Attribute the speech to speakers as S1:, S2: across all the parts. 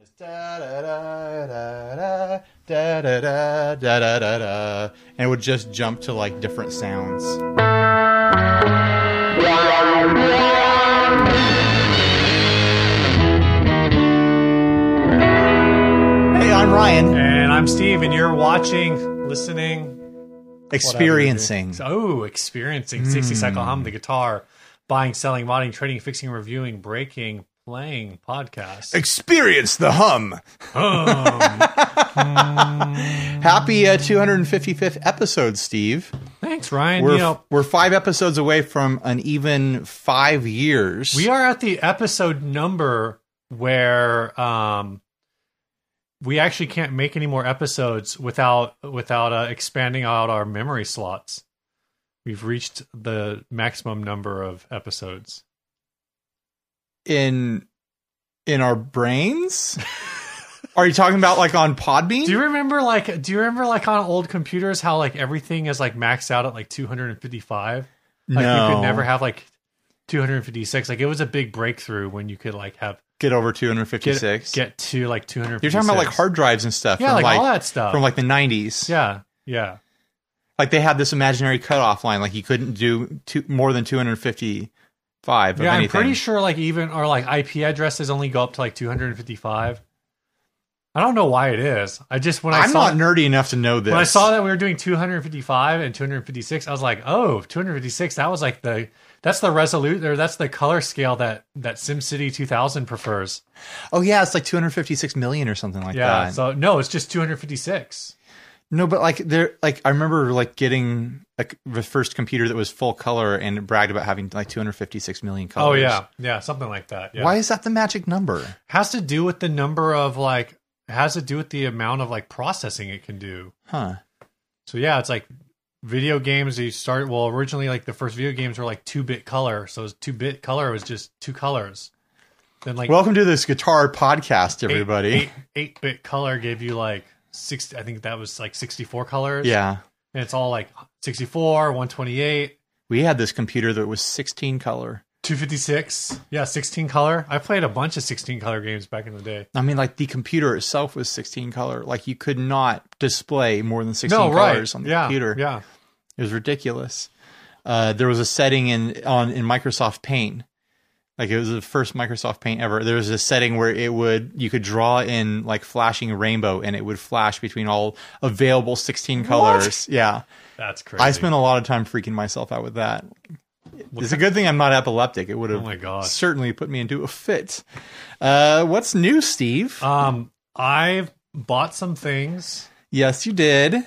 S1: It's da da da da da da da da da da da, and it would just jump to like different sounds. Hey, I'm Ryan.
S2: And I'm Steve, and you're watching, listening,
S1: Experiencing.
S2: oh, experiencing 60 Cycle Hum, the guitar, buying, selling, modding, trading, fixing, reviewing, breaking, playing podcast.
S1: Experience the hum.
S2: Hum. Hmm.
S1: Happy uh, 255th episode, Steve.
S2: Thanks, Ryan.
S1: We're
S2: you know,
S1: we're five episodes away from an even five years.
S2: we are at the episode number where um, we actually can't make any more episodes without without uh, expanding out our memory slots. We've reached the maximum number of episodes.
S1: in in our brains? Are you talking about like on Podbean?
S2: Do you remember like do you remember like on old computers how like everything is like maxed out at like 255? Like you could never have like 256. Like it was a big breakthrough when you could like have
S1: get over
S2: get
S1: 256.
S2: get to like 256.
S1: You're talking about like hard drives and stuff.
S2: Yeah,
S1: from
S2: like, all that stuff.
S1: from like the 90s.
S2: yeah. Yeah.
S1: Like they had this imaginary cutoff line like you couldn't do two, more than 255 of
S2: Yeah, I'm
S1: anything.
S2: pretty sure like even or like IP addresses only go up to like 255. I don't know why it is. I just when I
S1: I'm
S2: saw
S1: not nerdy enough to know this.
S2: When I saw that we were doing 255 and 256, I was like, "Oh, 256. That was like the that's the resolute or that's the color scale that that SimCity 2000 prefers."
S1: Oh yeah, it's like 256 million or something like
S2: Yeah.
S1: that.
S2: So no, it's just 256.
S1: No, but like there, like I remember like getting like the first computer that was full color and it bragged about having like 256 million
S2: Oh
S1: colors.
S2: yeah, yeah, something like that. Yeah.
S1: Why is that the magic number?
S2: Has to do with the number of like has to do with the amount of like processing it can do.
S1: Huh.
S2: So yeah, it's like video games you start well originally like the first video games were like 2-bit color. So 2-bit color was just two colors. Then like
S1: Welcome to this guitar podcast, everybody.
S2: Eight bit color gave you like six. I think that was like sixty four colors.
S1: Yeah.
S2: and it's all like sixty four, one twenty eight,
S1: We had this computer that was 16 color.
S2: two fifty six. Yeah, sixteen color. I played a bunch of sixteen color games back in the day.
S1: I mean, like the computer itself was 16 color. Like you could not display more than 16
S2: No, right?
S1: colors on the
S2: yeah,
S1: computer.
S2: Yeah.
S1: It was ridiculous. Uh, there was a setting in on in Microsoft Paint, like it was the first Microsoft Paint ever. There was a setting where it would you could draw in like flashing rainbow, and it would flash between all available sixteen colors. Yeah,
S2: That's crazy.
S1: I spent a lot of time freaking myself out with that.
S2: What
S1: it's a good thing I'm not epileptic. It would
S2: Oh
S1: have
S2: my god.
S1: certainly put me into a fit. Uh, what's new, Steve?
S2: Um, I've bought some things.
S1: yes, you did.
S2: Uh,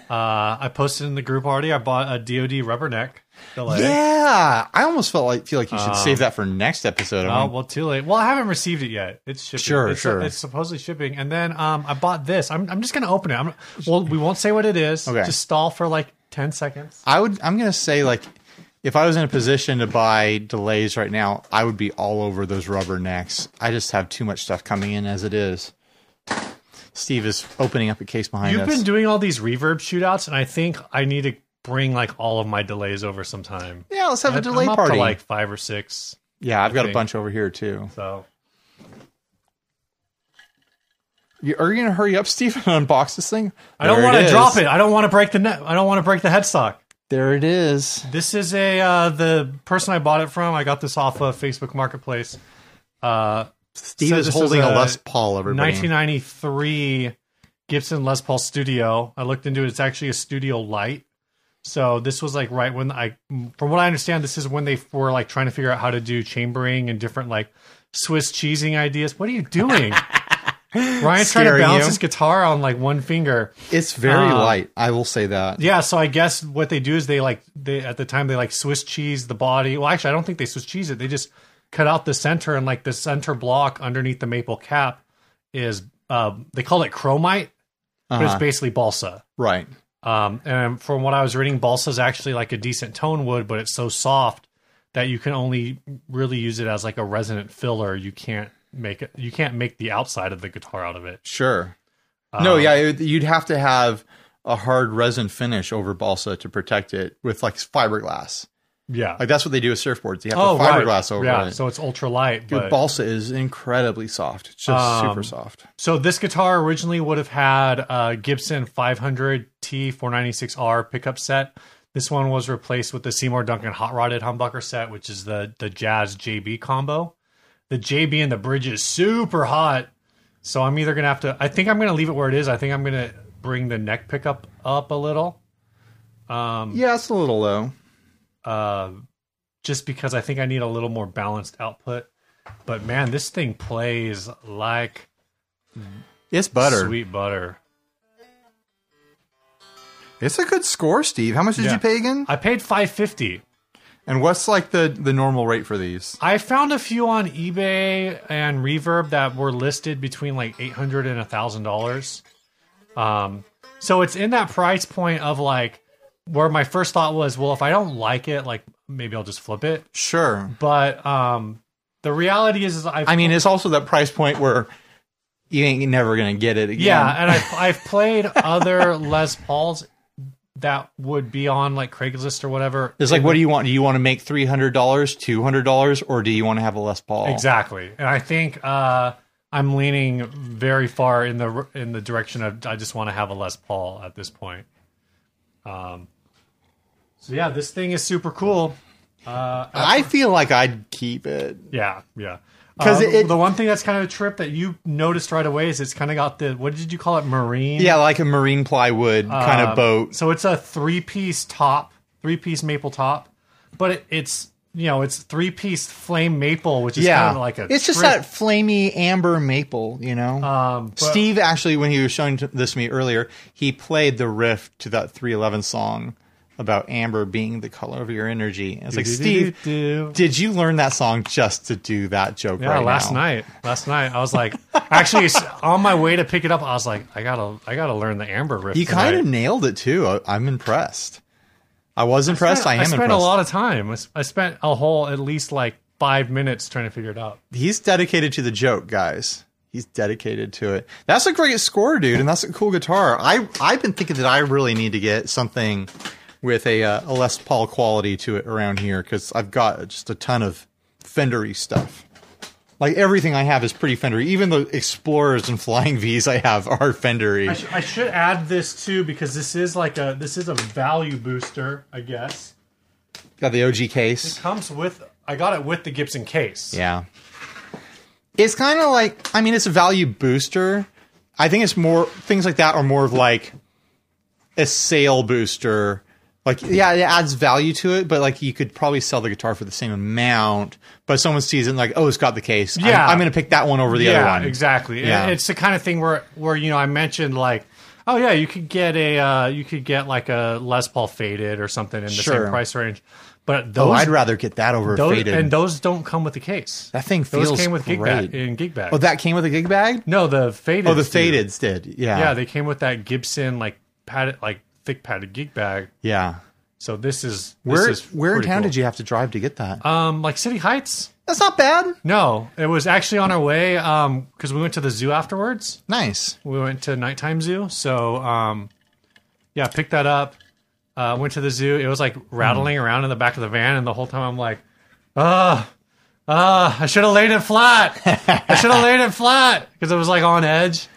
S2: I posted in the group already. I bought a DoD rubberneck. Delay.
S1: Yeah, I almost felt like feel like you should
S2: Um,
S1: save that for next episode. I
S2: Oh
S1: mean,
S2: well, too late. Well, I haven't received it yet. It's shipping.
S1: Mm. Sure,
S2: it's,
S1: sure.
S2: It's supposedly shipping, and then um, I bought this. I'm I'm just gonna open it. I'm well, we won't say what it is.
S1: Okay.
S2: Just stall for like ten seconds.
S1: I would. I'm gonna say like, if I was in a position to buy delays right now, I would be all over those rubber necks. I just have too much stuff coming in as it is. Steve is opening up a case behind
S2: You've
S1: us.
S2: been doing all these reverb shootouts, and I think I need to bring like all of my delays over sometime.
S1: yeah, let's have a
S2: I'm
S1: delay
S2: up to,
S1: party.
S2: like five or six.
S1: yeah, I've got a
S2: think.
S1: bunch over here too.
S2: So
S1: You, are you gonna hurry up, Steve, and unbox this thing?
S2: I don't
S1: There
S2: want to
S1: is.
S2: drop it. I don't want to break the net. I don't want to break the headstock.
S1: There it is.
S2: This is a uh, the person I bought it from. I got this off of Facebook Marketplace. Uh,
S1: Steve
S2: So
S1: is
S2: this
S1: holding
S2: is
S1: a
S2: a
S1: Les Paul. Everybody.
S2: 1993 Gibson Les Paul Studio. I looked into it. It's actually a Studio Light. So this was like right when I, from what I understand, this is when they were like trying to figure out how to do chambering and different like Swiss cheesing ideas. What are you doing? Ryan's trying to
S1: Scaring
S2: balance
S1: you.
S2: his guitar on like one finger.
S1: It's very
S2: Um,
S1: light. I will say that.
S2: Yeah, so I guess what they do is they like they at the time they like Swiss cheese the body. Well, actually, I don't think they Swiss cheese it. They just cut out the center and like the center block underneath the maple cap is uh, they call it chromite, but it's
S1: Uh-huh.
S2: basically balsa.
S1: Right.
S2: Um, and from what I was reading, balsa is actually like a decent tone wood, but it's so soft that you can only really use it as like a resonant filler. You can't make it. You can't make the outside of the guitar out of it.
S1: Sure.
S2: Uh,
S1: no, yeah, it- you'd have to have a hard resin finish over balsa to protect it with like fiberglass.
S2: Yeah.
S1: Like that's what they do with surfboards. You have to fiberglass over
S2: Oh, yeah,
S1: it.
S2: so it's ultra light.
S1: Dude,
S2: But,
S1: balsa is incredibly soft. It's just super
S2: Um,
S1: soft.
S2: so this guitar originally would have had a Gibson 500T 496R pickup set. This one was replaced with the Seymour Duncan hot rodded humbucker set, which is the the Jazz JB combo. The JB and the bridge is super hot, so I'm either gonna have to. I think I'm gonna leave it where it is. I think I'm gonna bring the neck pickup up a little. um,
S1: Yeah, it's a little low.
S2: uh, just because I think I need a little more balanced output. But man, this thing plays like
S1: It's butter.
S2: sweet butter.
S1: It's a good score, Steve. How much did
S2: Yeah.
S1: you pay again?
S2: I paid five fifty.
S1: And what's like the the normal rate for these?
S2: I found a few on eBay and Reverb that were listed between like eight hundred and a thousand dollars. Um, so it's in that price point of like where my first thought was, well, if I don't like it, like maybe I'll just flip it.
S1: Sure.
S2: But um, the reality is, is I've
S1: I mean, it's also that price point where you ain't never gonna get it again.
S2: Yeah, and I've I've played other Les Pauls that would be on like Craigslist or whatever.
S1: It's like, what do you want? Do you want to make three hundred dollars, two hundred dollars, or do you want to have a Les Paul?
S2: Exactly, and I think uh, I'm leaning very far in the in the direction of I just want to have a Les Paul at this point. Um, so yeah, this thing is super cool.
S1: I feel like I'd keep it.
S2: Yeah, yeah.
S1: 'Cause
S2: Uh,
S1: it-
S2: the one thing that's kind of a trip that you noticed right away is it's kind of got the what did you call it marine
S1: Yeah, like a marine plywood kind of boat.
S2: So Um, it's a three piece top, three piece maple top, but it, it's you know it's three piece flame maple, which is
S1: yeah,
S2: kind of like a.
S1: it's just
S2: trip.
S1: that flamey amber maple, you know.
S2: Um, but-
S1: Steve actually, when he was showing t- this to me earlier, he played the riff to that 311 song about amber being the color of your energy. And It's like Steve,
S2: Do-do-do-do.
S1: did you learn that song just to do that joke?
S2: Yeah,
S1: right
S2: last
S1: now?
S2: night, last night I was like, actually s- on my way to pick it up, I was like, I gotta, I gotta learn the amber riff.
S1: You kind of
S2: tonight.
S1: nailed it too. I, I'm impressed. I was impressed. I, am
S2: I spent
S1: impressed.
S2: a lot of time. I s- I spent a whole at least like five minutes trying to figure it out.
S1: He's dedicated to the joke, guys. He's dedicated to it. That's a great score, dude, and that's a cool guitar. I I've been thinking that I really need to get something with a, uh, a Les Paul quality to it around here because I've got just a ton of Fendery stuff. Like everything I have is pretty Fendery. Even the Explorers and Flying V's I have are
S2: I,
S1: Fendery.
S2: sh- I should add this too because this is like a this is a value booster, I guess.
S1: Got the OG case.
S2: Comes with I got it with the Gibson case.
S1: Yeah. It's kind of like I mean it's a value booster. I think it's more things like that are more of like a sale booster. Like yeah, it adds value to it, but like you could probably sell the guitar for the same amount, but someone sees it and like, "Oh, it's got the case. I'm-
S2: Yeah.
S1: I'm, going to pick that one over the other one."
S2: exactly.
S1: Yeah.
S2: And it's the kind of thing where where you know I mentioned like, oh yeah, you could get a uh, you could get like a Les Paul faded or something in the
S1: Sure.
S2: same price range, but
S1: Oh,
S2: those,
S1: I'd rather get that over
S2: those
S1: faded.
S2: and those don't come with the case.
S1: that thing feels
S2: those came with gig
S1: great.
S2: bag in gig bag.
S1: oh, that came with a gig bag?
S2: no, the faded.
S1: Oh, the fadeds did. Yeah.
S2: Yeah, they came with that Gibson like padded like thick padded gig bag.
S1: yeah.
S2: So this is
S1: Where
S2: this is
S1: where in
S2: pretty
S1: town
S2: cool.
S1: did you have to drive to get that?
S2: um like City Heights?
S1: That's not bad.
S2: No, it was actually on our way um because we went to the zoo afterwards.
S1: Nice.
S2: we went to nighttime zoo so um yeah picked that up uh went to the zoo it was like rattling around in the back of the van and the whole time i'm like ah ah i should have laid it flat i should have laid it flat because it was like on edge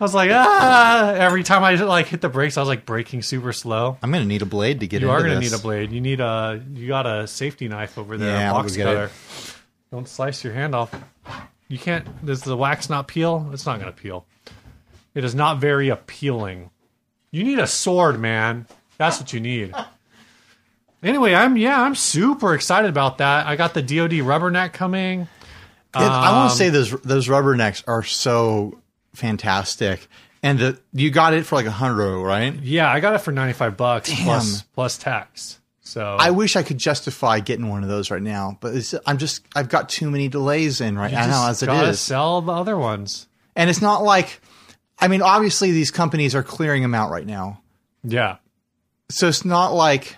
S2: i was like ah every time i like hit the brakes i was like braking super slow
S1: I'm gonna need a blade to get
S2: you
S1: into
S2: are gonna
S1: this.
S2: need a blade you need a you got a safety knife over there
S1: Yeah,
S2: a
S1: I'll
S2: box
S1: go get it.
S2: cutter don't slice your hand off you can't does the wax not peel it's not gonna peel it is not very appealing you need a sword man that's what you need anyway i'm yeah i'm super excited about that i got the dod rubberneck coming
S1: It- I
S2: um,
S1: want to say those those rubbernecks are so fantastic, and the you got it for like a hundred, right?
S2: yeah i got it for 95 bucks plus plus tax so
S1: I wish I could justify getting one of those right now, but it's, I'm just I've got too many delays in right now as
S2: just
S1: it
S2: gotta
S1: is,
S2: sell the other ones
S1: and it's not like, I mean, obviously these companies are clearing them out right now,
S2: yeah
S1: so it's not like.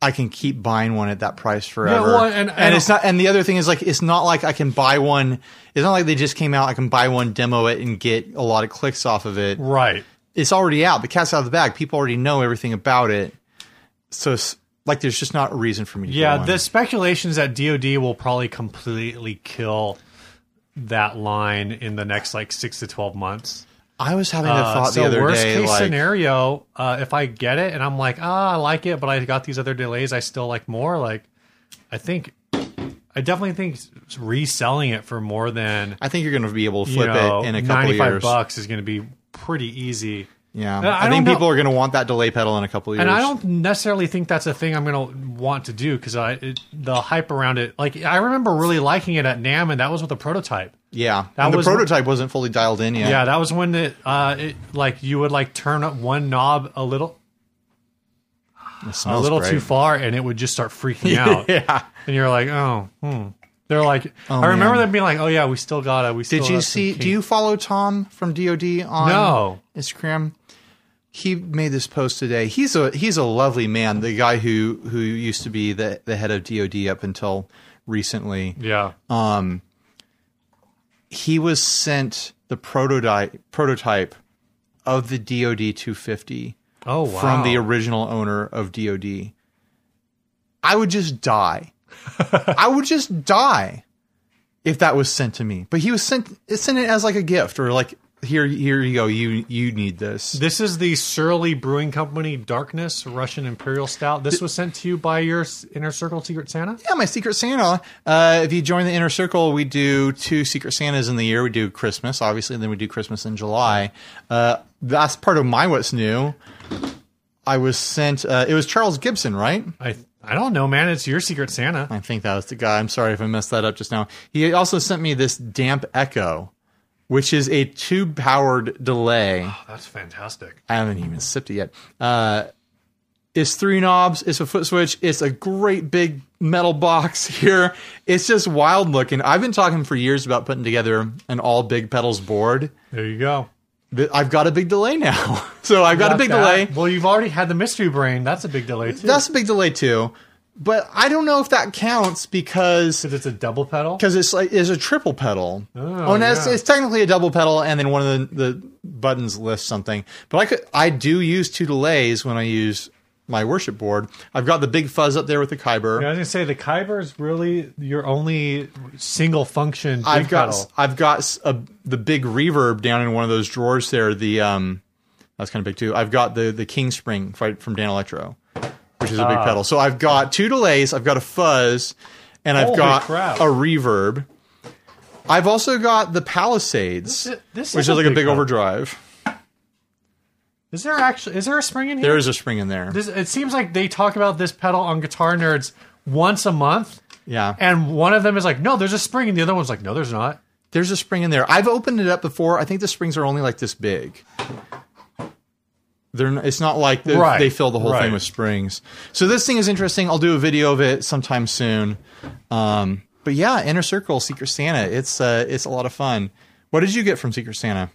S1: I can keep buying one at that price forever,
S2: well, and- and-
S1: it's not. And the other thing is, like, it's not like I can buy one. It's not like they just came out. I can buy one, demo it, and get a lot of clicks off of it.
S2: right
S1: it's already out. The cat's out of the bag. People already know everything about it. So s- Like there's just not a reason for me to. get
S2: Yeah,
S1: one.
S2: the speculation is that DoD will probably completely kill that line in the next like six to twelve months.
S1: I was having that
S2: Uh,
S1: thought
S2: so
S1: the other
S2: worst
S1: day.
S2: case
S1: like,
S2: scenario, uh, if I get it and I'm like, ah, I like it, but I got these other delays, I still like more. Like, I think, I definitely think reselling it for more than
S1: I think you're going to be able to
S2: you
S1: flip
S2: know
S1: it in a couple
S2: ninety
S1: of
S2: five
S1: years.
S2: bucks is going to be pretty easy.
S1: Yeah,
S2: I
S1: I,
S2: don't
S1: think
S2: know.
S1: people are going to want that delay pedal in a couple of years.
S2: And I don't necessarily think that's a thing I'm going to want to do because I it, the hype around it. Like I remember really liking it at Nam, and that was with a prototype.
S1: Yeah,
S2: That
S1: and the
S2: was-
S1: prototype wasn't fully dialed in yet.
S2: Yeah, that was when it, uh, it like you would like turn up one knob a little
S1: It
S2: a
S1: smells
S2: little
S1: great.
S2: too far, and it would just start freaking out.
S1: yeah.
S2: And you're like, oh, hmm. They're like, I remember
S1: man.
S2: them being like, oh yeah, we still got it. We still
S1: Did you
S2: got Oh, some
S1: see?
S2: kink."
S1: Do you follow Tom from DoD on
S2: No.
S1: Instagram? He made this post today. He's a he's a lovely man. The guy who who used to be the the head of DoD up until recently.
S2: Yeah,
S1: Um, he was sent the prototype prototype of the DoD 250
S2: Oh, wow.
S1: from the original owner of DoD. I would just die. I would just die if that was sent to me. But he was sent it sent it as like a gift or like here here you go you you need this.
S2: this is the Surly Brewing Company Darkness Russian Imperial Stout. This was sent to you by your s- inner circle, Secret Santa.
S1: Yeah, my Secret Santa. Uh, if you join the inner circle, we do two Secret Santas in the year. We do Christmas, obviously, and then we do Christmas in July. Uh, that's part of my what's new. I was sent. Uh, it was Charles Gibson, right?
S2: I I don't know, man. It's your Secret Santa.
S1: I think that was the guy. I'm sorry if I messed that up just now. He also sent me this Damp Echo, which is a tube powered delay.
S2: That's fantastic.
S1: I haven't even sipped it yet. Uh, it's three knobs. It's a foot switch. It's a great big metal box here. It's just wild looking. I've been talking for years about putting together an all big pedals board.
S2: There you go.
S1: Th- I've got a big delay now, so I've got, a big delay.
S2: Well, you've already had the mystery brain. That's a big delay too.
S1: That's a big delay too, but I don't know if that counts because
S2: because it's a double pedal.
S1: because it's like it's a triple pedal.
S2: Oh,
S1: and it's,
S2: yeah.
S1: it's technically a double pedal, and then one of the, the buttons lists something. But I could I do use two delays when I use my worship board. I've got the big fuzz up there with the Kyber.
S2: I was gonna say the Kyber is really your only single function. Big
S1: I've got
S2: pedal.
S1: I've got s- a, the big reverb down in one of those drawers there. The um, that's kind of big too. I've got the the King Spring fight from Dan Electro, which is a
S2: Ah.
S1: big pedal. So I've got two delays. I've got a fuzz, and I've
S2: Holy
S1: got
S2: crap.
S1: a reverb. I've also got the Palisades,
S2: This is- this
S1: which is,
S2: is a
S1: like a
S2: big
S1: big
S2: pedal.
S1: overdrive.
S2: Is there actually is there a spring in here?
S1: There is a spring in there.
S2: This, it seems like they talk about this pedal on Guitar Nerds once a month,
S1: Yeah,
S2: and one of them is like, "No, there's a spring," and the other one's like, "No, there's not."
S1: there's a spring in there. I've opened it up before. I think the springs are only like this big. They're n- it's not like they,
S2: Right,
S1: they fill the whole
S2: right.
S1: thing with springs. So this thing is interesting. I'll do a video of it sometime soon. Um, but yeah, Inner Circle, Secret Santa. It's uh, it's a lot of fun. What did you get from Secret Santa?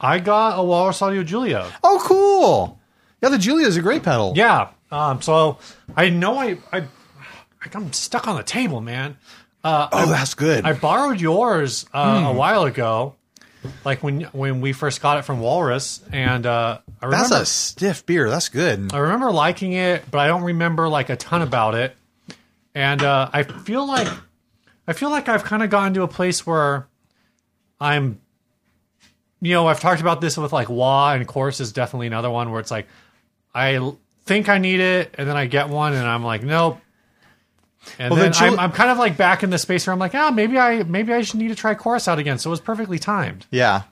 S2: I got a Walrus Audio Julio.
S1: Oh, cool. Yeah, the Julia is a great pedal.
S2: Yeah. Um, so I know I I like, I'm stuck on the table, man.
S1: Oh, that's good.
S2: I borrowed yours uh,
S1: Hmm.
S2: a while ago, like when when we first got it from Walrus, and uh, I
S1: that's
S2: remember
S1: a stiff beer. That's good.
S2: I remember liking it, but I don't remember like a ton about it. And uh, I feel like I feel like I've kind of gotten to a place where I'm, you know, I've talked about this with like Wah and Chorus is definitely another one where it's like I l- think I need it, and then I get one, and I'm like, nope. And
S1: Well,
S2: then
S1: the Jul-
S2: I'm, I'm kind of like back in the space where I'm like, ah, maybe I maybe I should need to try Chorus out again. So it was perfectly timed.
S1: Yeah.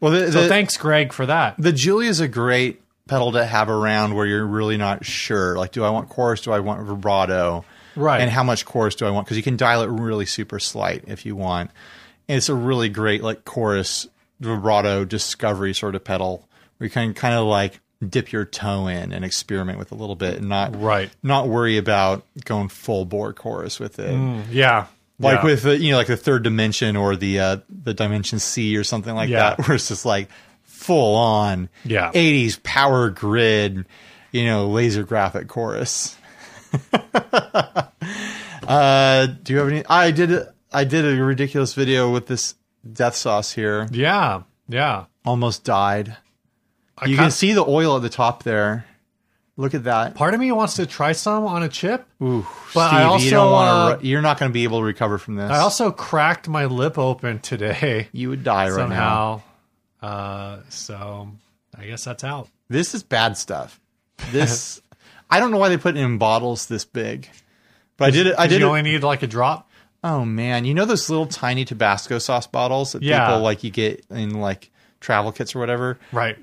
S1: Well, the,
S2: So
S1: the-
S2: thanks, Greg, for that.
S1: the Julia is a great pedal to have around where you're really not sure. Like, do I want chorus? Do I want vibrato?
S2: Right.
S1: And how much chorus do I want? Because you can dial it really super slight if you want. And it's a really great like chorus vibrato discovery sort of pedal where you can kind of like dip your toe in and experiment with a little bit and not
S2: Right.
S1: not worry about going full bore chorus with it
S2: Mm, Yeah.
S1: like
S2: Yeah.
S1: with the, you know like the third dimension or the uh the dimension c or something like
S2: Yeah.
S1: that where it's just like full on
S2: Yeah.
S1: 80s power grid you know laser graphic chorus uh do you have any i did i did a ridiculous video with this death sauce here
S2: yeah. Yeah.
S1: almost died
S2: I
S1: you
S2: kinda-
S1: can see the oil at the top there Look at that.
S2: Part of me wants to try some on a chip.
S1: Ooh,
S2: But I
S1: Steve,
S2: also,
S1: you don't
S2: uh,
S1: want to. You're not going to be able to recover from this.
S2: I also cracked my lip open today
S1: you would die right now.
S2: somehow. Uh, so I guess that's out.
S1: This is bad stuff. This. I don't know why they put it in bottles this big, but I did it. I
S2: Did
S1: did
S2: you
S1: it
S2: only need like a drop?
S1: Oh man, you know those little tiny Tabasco sauce bottles that
S2: Yeah.
S1: people like you get in like travel kits or whatever.
S2: Right.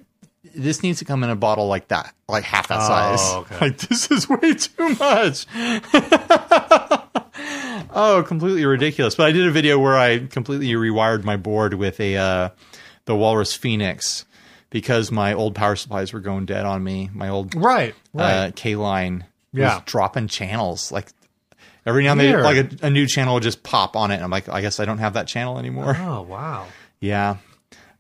S1: This needs to come in a bottle like that, like half that
S2: Oh,
S1: size.
S2: okay.
S1: Like this is way too much. oh, completely ridiculous. But I did a video where I completely rewired my board with a uh, the Walrus Phoenix because my old power supplies were going dead on me. My old
S2: Right. Right.
S1: uh, K line
S2: Yeah.
S1: was dropping channels. Like every now and then,
S2: Weird.
S1: like a, a new channel would just pop on it. And I'm like, I guess I don't have that channel anymore.
S2: oh wow.
S1: Yeah,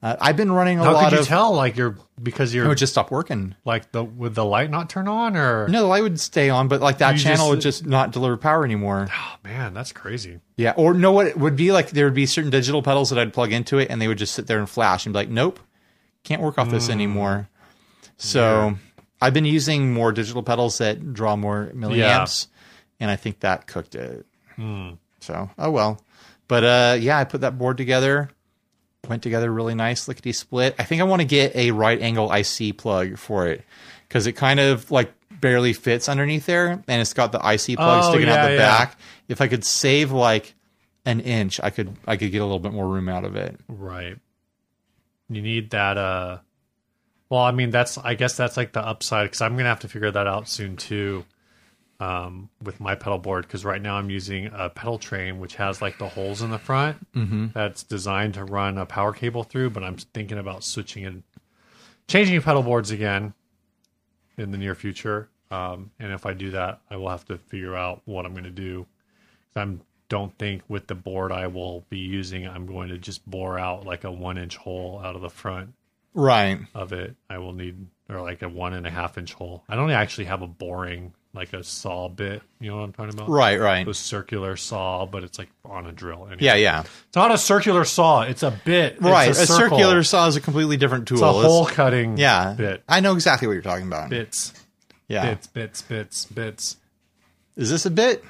S1: uh, I've been running a
S2: How
S1: lot
S2: could you
S1: of.
S2: tell? Like you're because
S1: it
S2: you're
S1: would just stop working.
S2: like the would the light not turn on or
S1: No, the light would stay on, but like that
S2: You
S1: channel
S2: just-
S1: would just not deliver power anymore.
S2: Oh man, that's crazy.
S1: Yeah, or no, what it would be like there would be certain digital pedals that I'd plug into it, and they would just sit there and flash and be like, "Nope, can't work off
S2: Mm.
S1: this anymore." So I've been using more digital pedals that draw more milliamps, and I think that cooked it. So oh well, but uh, yeah, I put that board together, went together really nice, lickety split. I think I want to get a right angle IC plug for it because it kind of like barely fits underneath there, and it's got the IC plug
S2: Oh,
S1: sticking out
S2: yeah,
S1: the
S2: yeah.
S1: back. If I could save like an inch, I could I could get a little bit more room out of it.
S2: Right. You need that uh well, I mean that's I guess that's like the upside cuz I'm going to have to figure that out soon too. Um with my pedal board cuz right now I'm using a pedal train which has like the holes in the front that's designed to run a power cable through, but I'm thinking about switching and changing pedal boards again in the near future. Um and if I do that, I will have to figure out what I'm going to do I'm don't think with the board I will be using, I'm going to just bore out like a one inch hole out of the front
S1: Right.
S2: of it. I will need or like a one and a half inch hole. I don't actually have a boring like a saw bit. You know what I'm talking about?
S1: Right, right.
S2: A circular saw, but it's like on a drill. Anyway.
S1: Yeah, yeah.
S2: It's not a circular saw. It's a bit. It's
S1: Right. A,
S2: circle.
S1: circular saw is a completely different tool.
S2: It's a
S1: It's-
S2: hole cutting.
S1: yeah.
S2: Bit.
S1: I know exactly what you're talking about.
S2: Bits.
S1: yeah.
S2: Bits. Bits. Bits. Bits.
S1: Is this a bit?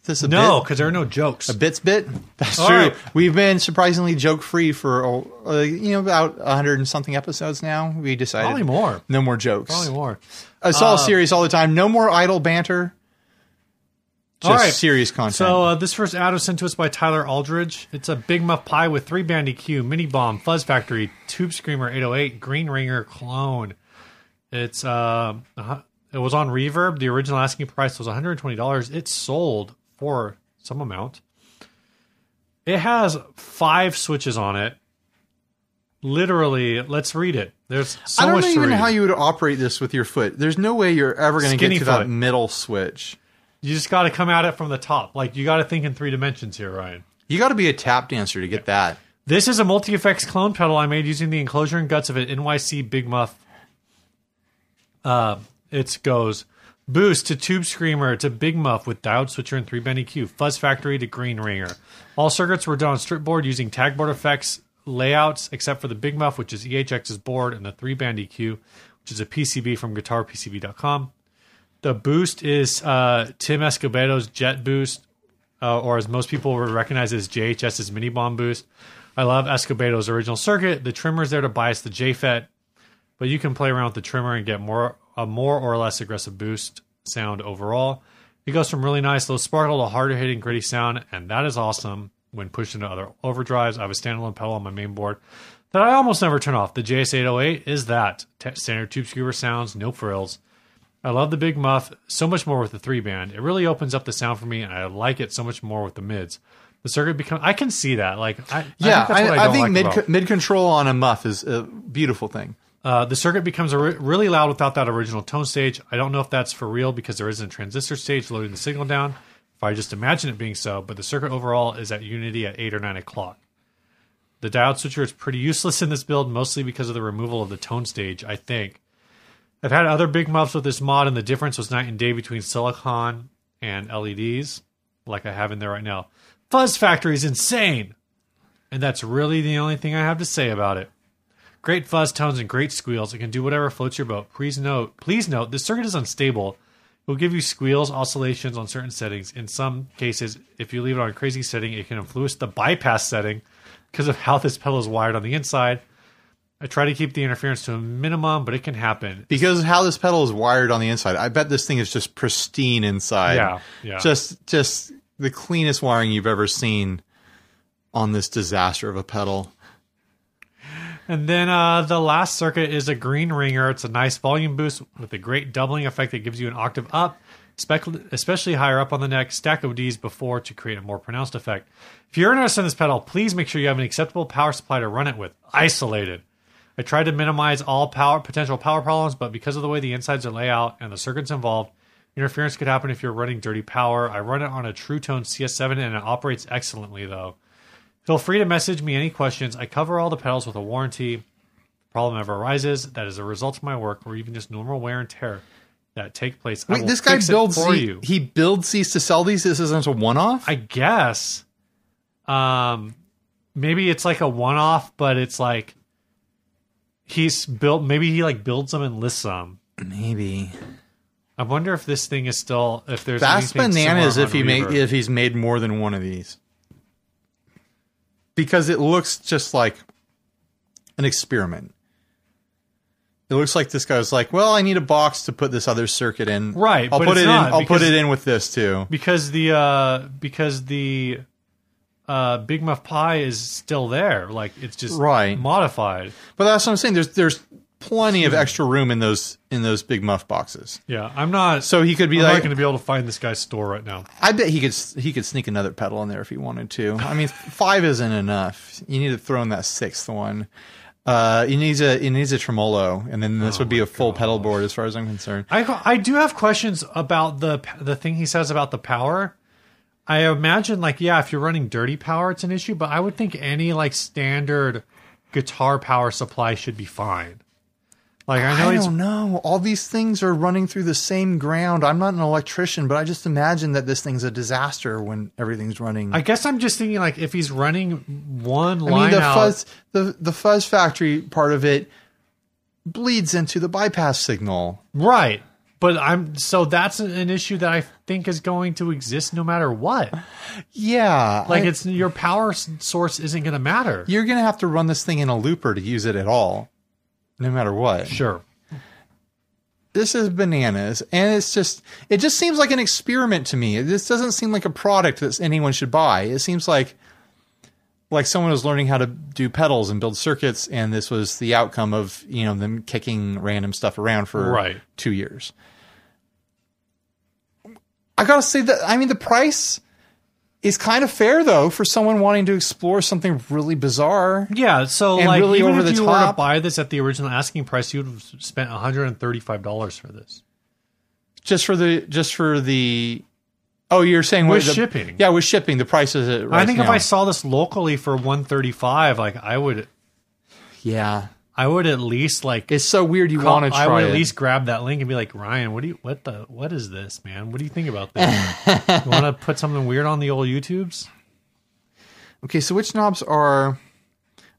S1: Is this a
S2: No,
S1: bit?
S2: because there are no jokes.
S1: Bits bit. That's
S2: All
S1: true.
S2: right.
S1: We've been surprisingly joke free for oh, uh, you know about hundred and something episodes now. We decided
S2: Probably more.
S1: no more jokes.
S2: Probably more. Uh,
S1: It's all serious all the time. No more idle banter. Just
S2: All right.
S1: serious content.
S2: So uh, this first ad was sent to us by Tyler Aldridge. It's a Big Muff Pie with three Bandy Q, Mini Bomb, Fuzz Factory, Tube Screamer 808, Green Ringer clone. It's uh, uh, it was on Reverb. The original asking price was one hundred twenty dollars. It sold for some amount. It has five switches on it. Literally, let's read it. There's so
S1: I don't
S2: much
S1: know
S2: to
S1: even
S2: read.
S1: how you would operate this with your foot. There's no way you're ever going to get
S2: Skinny
S1: to that
S2: foot.
S1: middle switch.
S2: you just got to come at it from the top. Like you got to think in three dimensions here, Ryan.
S1: You got to be a tap dancer to get that.
S2: This is a multi effects clone pedal I made using the enclosure and guts of an NYC Big Muff. Uh, it goes boost to Tube Screamer to Big Muff with diode switcher and three band EQ, Fuzz Factory to Green Ringer. All circuits were done on strip board using tag board effects layouts, except for the Big Muff, which is EHX's board, and the three band EQ, which is a PCB from guitarpcb.com. The boost is uh, Tim Escobedo's Jet Boost uh, or as most people would recognize as JHS's mini bomb boost. I love Escobedo's original circuit. The trimmer's there to bias the E JFET, but you can play around with the trimmer and get more a more or less aggressive boost sound overall. It goes from really nice low sparkle to harder hitting gritty sound, and that is awesome when pushed into other overdrives. I have a standalone pedal on my main board that I almost never turn off. The JS808 is that T- standard tube skewer sounds, no frills. I love the big muff so much more with the three band. It really opens up the sound for me, and I like it so much more with the mids. The circuit become I can see that. Like I,
S1: Yeah,
S2: I think, that's what I, don't like
S1: mid
S2: about-
S1: mid control on a muff is a beautiful thing.
S2: uh, the circuit becomes a re- really loud without that original tone stage. I don't know if that's for real because there isn't a transistor stage loading the signal down. If I just imagine it being so, but the circuit overall is at unity at eight or nine o'clock. The diode switcher is pretty useless in this build, mostly because of the removal of the tone stage. I think I've had other big muffs with this mod, and the difference was night and day between silicon and LEDs, like I have in there right now. Fuzz Factory is insane, and that's really the only thing I have to say about it. Great fuzz, tones, and great squeals. It can do whatever floats your boat. Please note, please note, this circuit is unstable. It will give you squeals, oscillations on certain settings. In some cases, if you leave it on a crazy setting, it can influence the bypass setting because of how this pedal is wired on the inside. I try to keep the interference to a minimum, but it can happen.
S1: because of how this pedal is wired on the inside. I bet this thing is just pristine inside.
S2: Yeah, yeah.
S1: Just just the cleanest wiring you've ever seen on this disaster of a pedal.
S2: And then uh, the last circuit is a green ringer. It's a nice volume boost with a great doubling effect that gives you an octave up, spec- especially higher up on the neck. Stack ODs before to create a more pronounced effect. If you're interested in this pedal, please make sure you have an acceptable power supply to run it with, isolated. I tried to minimize all power potential power problems, but because of the way the insides are laid out and the circuits involved, interference could happen if you're running dirty power. I run it on a True Tone CS7 and it operates excellently though. Feel free to message me any questions. I cover all the pedals with a warranty. Problem ever arises that is a result of my work or even just normal wear and tear that take place. I
S1: Wait,
S2: will
S1: this guy
S2: fix it
S1: builds
S2: for
S1: the-
S2: you.
S1: he builds these to sell these. This isn't a one off.
S2: I guess. Um, maybe it's like a one-off, but it's like he's built. Maybe he like builds them and lists them.
S1: Maybe
S2: I wonder if this thing is still if there's
S1: that's
S2: anything similar
S1: bananas
S2: on
S1: if he
S2: Reverb.
S1: make if he's made more than one of these. Because it looks just like an experiment. It looks like this guy's like, well, I need a box to put this other circuit in.
S2: Right,
S1: I'll
S2: but
S1: put
S2: it's
S1: it
S2: not,
S1: in. I'll put
S2: because-
S1: it in with this too.
S2: because the uh because the uh Big Muff Pie is still there. Like it's just
S1: Right.
S2: modified.
S1: But that's what I'm saying. There's there's plenty
S2: Hmm.
S1: of extra room in those in those big muff boxes.
S2: Yeah, I'm not.
S1: So he could be
S2: I'm not
S1: like,
S2: going to be able to find this guy's store right now.
S1: I bet he could he could sneak another pedal in there if he wanted to. I mean, five isn't enough. You need to throw in that sixth one. Uh, he needs a he needs a tremolo, and then
S2: Oh
S1: this would be a full pedal board as far as I'm concerned.
S2: I I do have questions about the the thing he says about the power. I imagine like yeah, if you're running dirty power, it's an issue. But I would think any like standard guitar power supply should be fine. Like I know
S1: I
S2: it's
S1: don't know. All these things are running through the same ground. I'm not an electrician, but I just imagine that this thing's a disaster when everything's running.
S2: I guess I'm just thinking like if he's running
S1: I
S2: one
S1: mean,
S2: line
S1: the
S2: out,
S1: fuzz the the fuzz factory part of it bleeds into the bypass signal.
S2: right? But I'm so that's an- an issue that I think is going to exist no matter what.
S1: Yeah,
S2: Like
S1: I-
S2: it's your power s- source isn't going to matter.
S1: you're gonna have to run this thing in a looper to use it at all, no matter what.
S2: Sure.
S1: This is bananas, and it's just it just seems like an experiment to me. This doesn't seem like a product that anyone should buy. It seems like like someone was learning how to do pedals and build circuits, and this was the outcome of you know them kicking random stuff around for
S2: Right.
S1: two years. I gotta say that I mean the price is kind of fair though for someone wanting to explore something really bizarre.
S2: Yeah, so
S1: And
S2: like
S1: really
S2: even
S1: over
S2: if
S1: the
S2: you were to
S1: top.
S2: buy this at the original asking price, you'd have spent one hundred and thirty-five dollars for this.
S1: just for the just for the oh you're saying
S2: With
S1: the-
S2: shipping.
S1: yeah with shipping the price is at right
S2: I think if
S1: now.
S2: I saw this locally for one thirty-five, like I would,
S1: yeah
S2: I would at least like
S1: it's so weird you want to try
S2: I would
S1: it
S2: at least grab that link and be like, Ryan, what do you, what the, what is this, man? What do you think about this? you want to put something weird on the old YouTubes?
S1: okay so which knobs are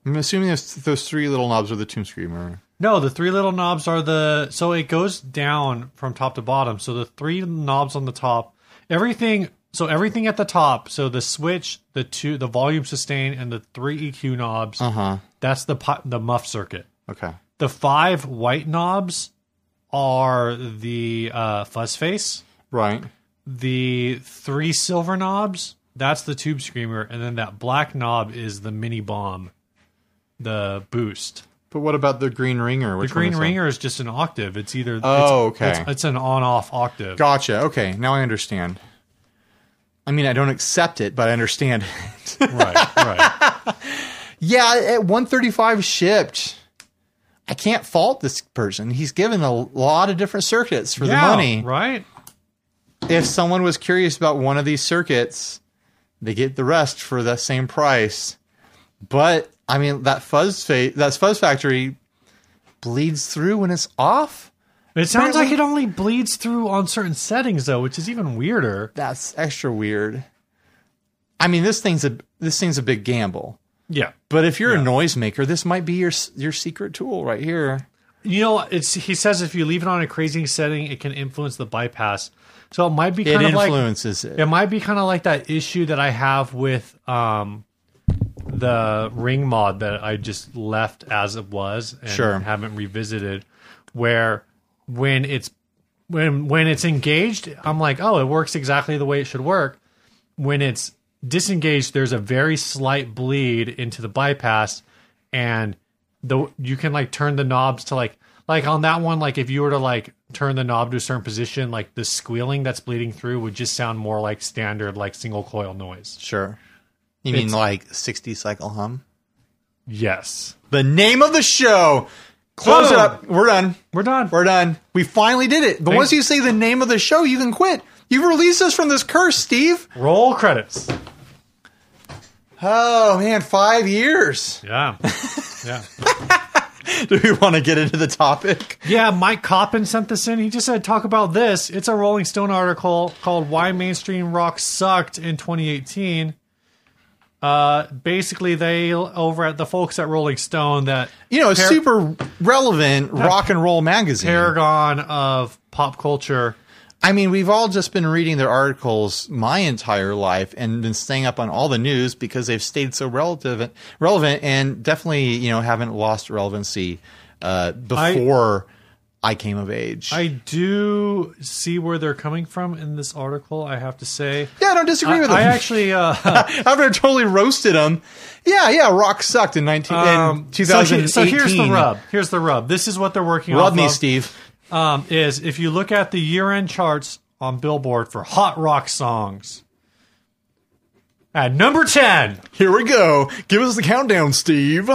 S1: I'm assuming those, those three little knobs are the Tomb Screamer
S2: No, the three little knobs are the so it goes down from top to bottom. So the three knobs on the top, everything so everything at the top, so the switch, the two the volume sustain and the three EQ knobs,
S1: uh huh
S2: that's the pi- the muff circuit.
S1: okay
S2: The five white knobs are the uh, fuzz face.
S1: right
S2: The three silver knobs, that's the tube screamer and then that black knob is the mini bomb, the boost.
S1: but what about the green ringer
S2: The
S1: which one
S2: green
S1: is that?
S2: ringer is just an octave. It's either
S1: Oh,
S2: it's,
S1: okay.
S2: It's, it's an on-off octave.
S1: gotcha okay now I understand I mean I don't accept it but I understand it.
S2: Right, right.
S1: Yeah, at 135 shipped. I can't fault this person. He's given a lot of different circuits for
S2: Yeah,
S1: the money.
S2: right?
S1: If someone was curious about one of these circuits, they get the rest for that same price. But I mean, that fuzz fa- that fuzz factory bleeds through when it's off.
S2: It sounds like
S1: Apparently-
S2: it only bleeds through on certain settings though, which is even weirder.
S1: That's extra weird. I mean, this thing's a this thing's a big gamble.
S2: Yeah.
S1: But if you're
S2: Yeah.
S1: a noisemaker, this might be your s- your secret tool right here.
S2: You know, it's he says if you leave it on a crazy setting, it can influence the bypass. So it might be kind
S1: it
S2: of like
S1: influences it.
S2: it might be kind of like that issue that I have with um the ring mod that I just left as it was and
S1: Sure.
S2: haven't revisited where when it's when when it's engaged I'm like oh it works exactly the way it should work when it's disengaged there's a very slight bleed into the bypass and the you can like turn the knobs to like like on that one like if you were to like turn the knob to a certain position like the squealing that's bleeding through would just sound more like standard like single coil noise
S1: Sure. You mean like 60 cycle hum?
S2: yes
S1: The name of the show. Close
S2: Boom.
S1: it up. We're done.
S2: we're done
S1: We're done. We finally did it. But once you say the name of the show, you can quit. You've released us from this curse, Steve.
S2: roll credits
S1: Oh man, five years.
S2: yeah yeah
S1: Do we want to get into the topic?
S2: yeah mike coppin sent this in he just said talk about this it's a rolling stone article called why mainstream rock sucked in 2018 uh basically they over at the folks at rolling stone that
S1: You know, a
S2: Par-
S1: super relevant rock and roll magazine.
S2: paragon of pop culture
S1: I mean, we've all just been reading their articles my entire life and been staying up on all the news because they've stayed so relative, relevant and definitely, you know, haven't lost relevancy uh, before I, came of age.
S2: I do see where they're coming from in this article. I have to say,
S1: yeah, I don't disagree with them.
S2: I actually uh,
S1: After I totally roasted them, yeah, yeah, rock sucked in 19,
S2: um,
S1: in
S2: so he-
S1: 2018.
S2: So, here's the rub. Here's the rub. This is what they're working
S1: Rub
S2: on.
S1: me, Steve.
S2: um, is if you look at the year-end charts on Billboard for hot rock songs, at number ten,
S1: Here we go. Give us the countdown, Steve.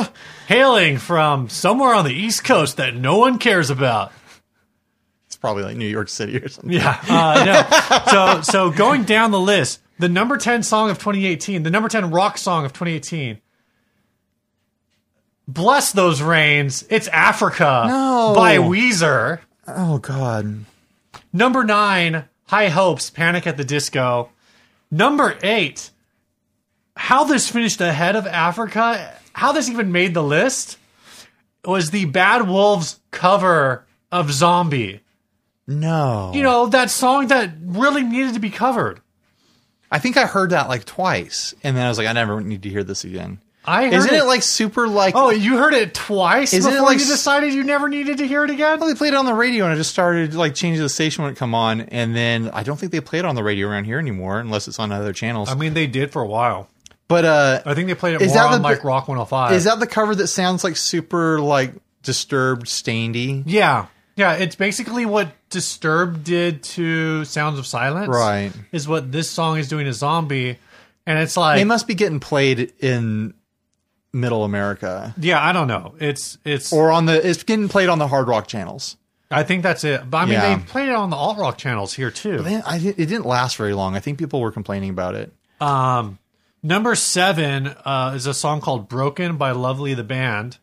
S2: hailing from somewhere on the East Coast that no one cares about.
S1: It's probably like New York City or something.
S2: Yeah. Uh, no. So so going down the list, the number ten song of 2018, the number ten rock song of 2018. Bless those rains. It's Africa
S1: No.
S2: by Weezer.
S1: Oh, God.
S2: Number nine, High Hopes, Panic at the Disco. Number eight, how this finished ahead of Africa, how this even made the list, was the Bad Wolves cover of Zombie.
S1: No.
S2: You know, that song that really needed to be covered.
S1: I think I heard that like twice, and then I was like, I never need to hear this again.
S2: I heard
S1: Isn't it like super like?
S2: Oh, you heard it twice
S1: Isn't it
S2: before
S1: like
S2: you
S1: s-
S2: decided you never needed to hear it again?
S1: oh, they played it on the radio, and I just started like changing the station when it come on, and then I don't think they play it on the radio around here anymore, unless it's on other channels.
S2: mean, they did for a while.
S1: but uh,
S2: I think they played it
S1: Is
S2: more
S1: that
S2: on
S1: the-
S2: like Rock 105.
S1: is that the cover that sounds like super like disturbed, stainedy?
S2: yeah. Yeah, it's basically what Disturbed did to Sounds of Silence.
S1: Right.
S2: Is what this song is doing to Zombie. And it's like,
S1: They must be getting played in Middle America,
S2: yeah, I don't know. It's, it's,
S1: or on the it's getting played on the hard rock channels.
S2: I think that's it. But I mean,
S1: Yeah.
S2: they played it on the alt rock channels here too.
S1: They- I, it didn't last very long. I think people were complaining about it.
S2: Um, number seven uh, is a song called "Broken" by Lovely the Band.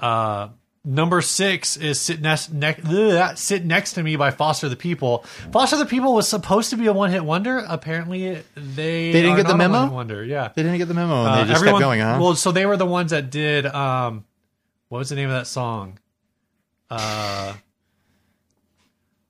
S2: Uh, number six is "Sit Next Neck- Ugh, Sit Next to Me" by Foster the People. Foster the People was supposed to be a one-hit wonder. Apparently, they
S1: didn't
S2: are
S1: get the
S2: not a
S1: memo?
S2: one-hit Wonder, yeah.
S1: They didn't get the memo, and
S2: Uh,
S1: they just kept going, huh?
S2: Well, so they were the ones that did. Um, what was the name of that song? Uh,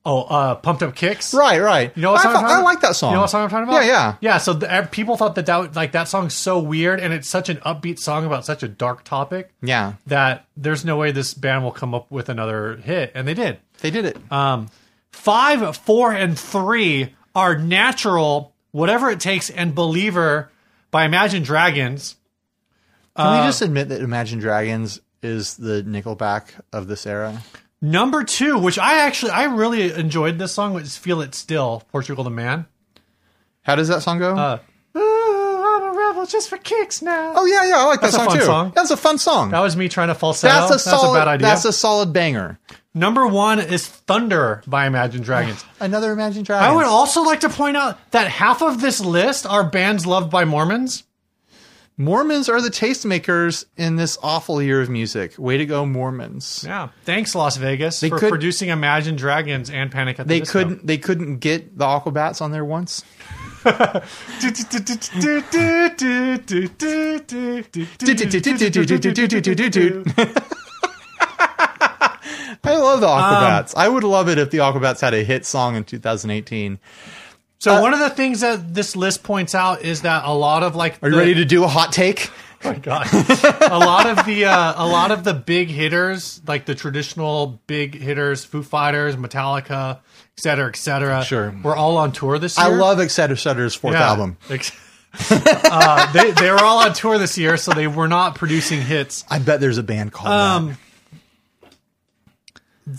S2: oh, uh, "Pumped Up Kicks."
S1: Right, right.
S2: You know what
S1: I,
S2: song I'm
S1: thought-
S2: talking
S1: I
S2: about?
S1: like that song.
S2: You know what song I'm talking about?
S1: Yeah, yeah.
S2: yeah. So the, ev- people thought that that would- like that song's so weird, and it's such an upbeat song about such a dark topic
S1: Yeah,
S2: that there's no way this band will come up with another hit, and they did.
S1: they did it.
S2: Um, five, four, and three are natural. Whatever it takes, and Believer by Imagine Dragons.
S1: Can we just admit that Imagine Dragons is the Nickelback of this era?
S2: Number two, which I actually I really enjoyed this song, was "Feel It Still," Portugal the Man.
S1: How does that song go?
S2: Uh, Ooh, I'm a rebel just for kicks now.
S1: oh yeah, yeah, I like that
S2: that's a
S1: song
S2: fun
S1: too.
S2: song.
S1: That's a fun song.
S2: That was me trying to falsetto.
S1: that's a solid.
S2: bad idea.
S1: That's a solid banger.
S2: Number one is Thunder by Imagine Dragons.
S1: Another Imagine
S2: I
S1: Dragons.
S2: would also like to point out that half of this list are bands loved by Mormons.
S1: Mormons are the tastemakers in this awful year of music. Way to go, Mormons!
S2: Yeah. Thanks, Las Vegas, for
S1: could-
S2: producing Imagine Dragons and Panic at the
S1: They
S2: Disco.
S1: couldn't. They couldn't get the Aquabats on there once. I love the Aquabats. I would love it if the Aquabats had a hit song in 2018.
S2: So
S1: Uh,
S2: one of the things that this list points out is that a lot of like
S1: Are you
S2: the-
S1: ready to do a hot take?
S2: Oh my god. a lot of the uh, a lot of the big hitters, like the traditional big hitters, Foo Fighters, Metallica, et cetera, et cetera,
S1: Sure.
S2: were all on tour this year.
S1: I love Etc. Shutter's fourth
S2: Yeah.
S1: album.
S2: Ex- uh, they they were all on tour this year, so they were not producing hits.
S1: I bet there's a band called that.
S2: Um,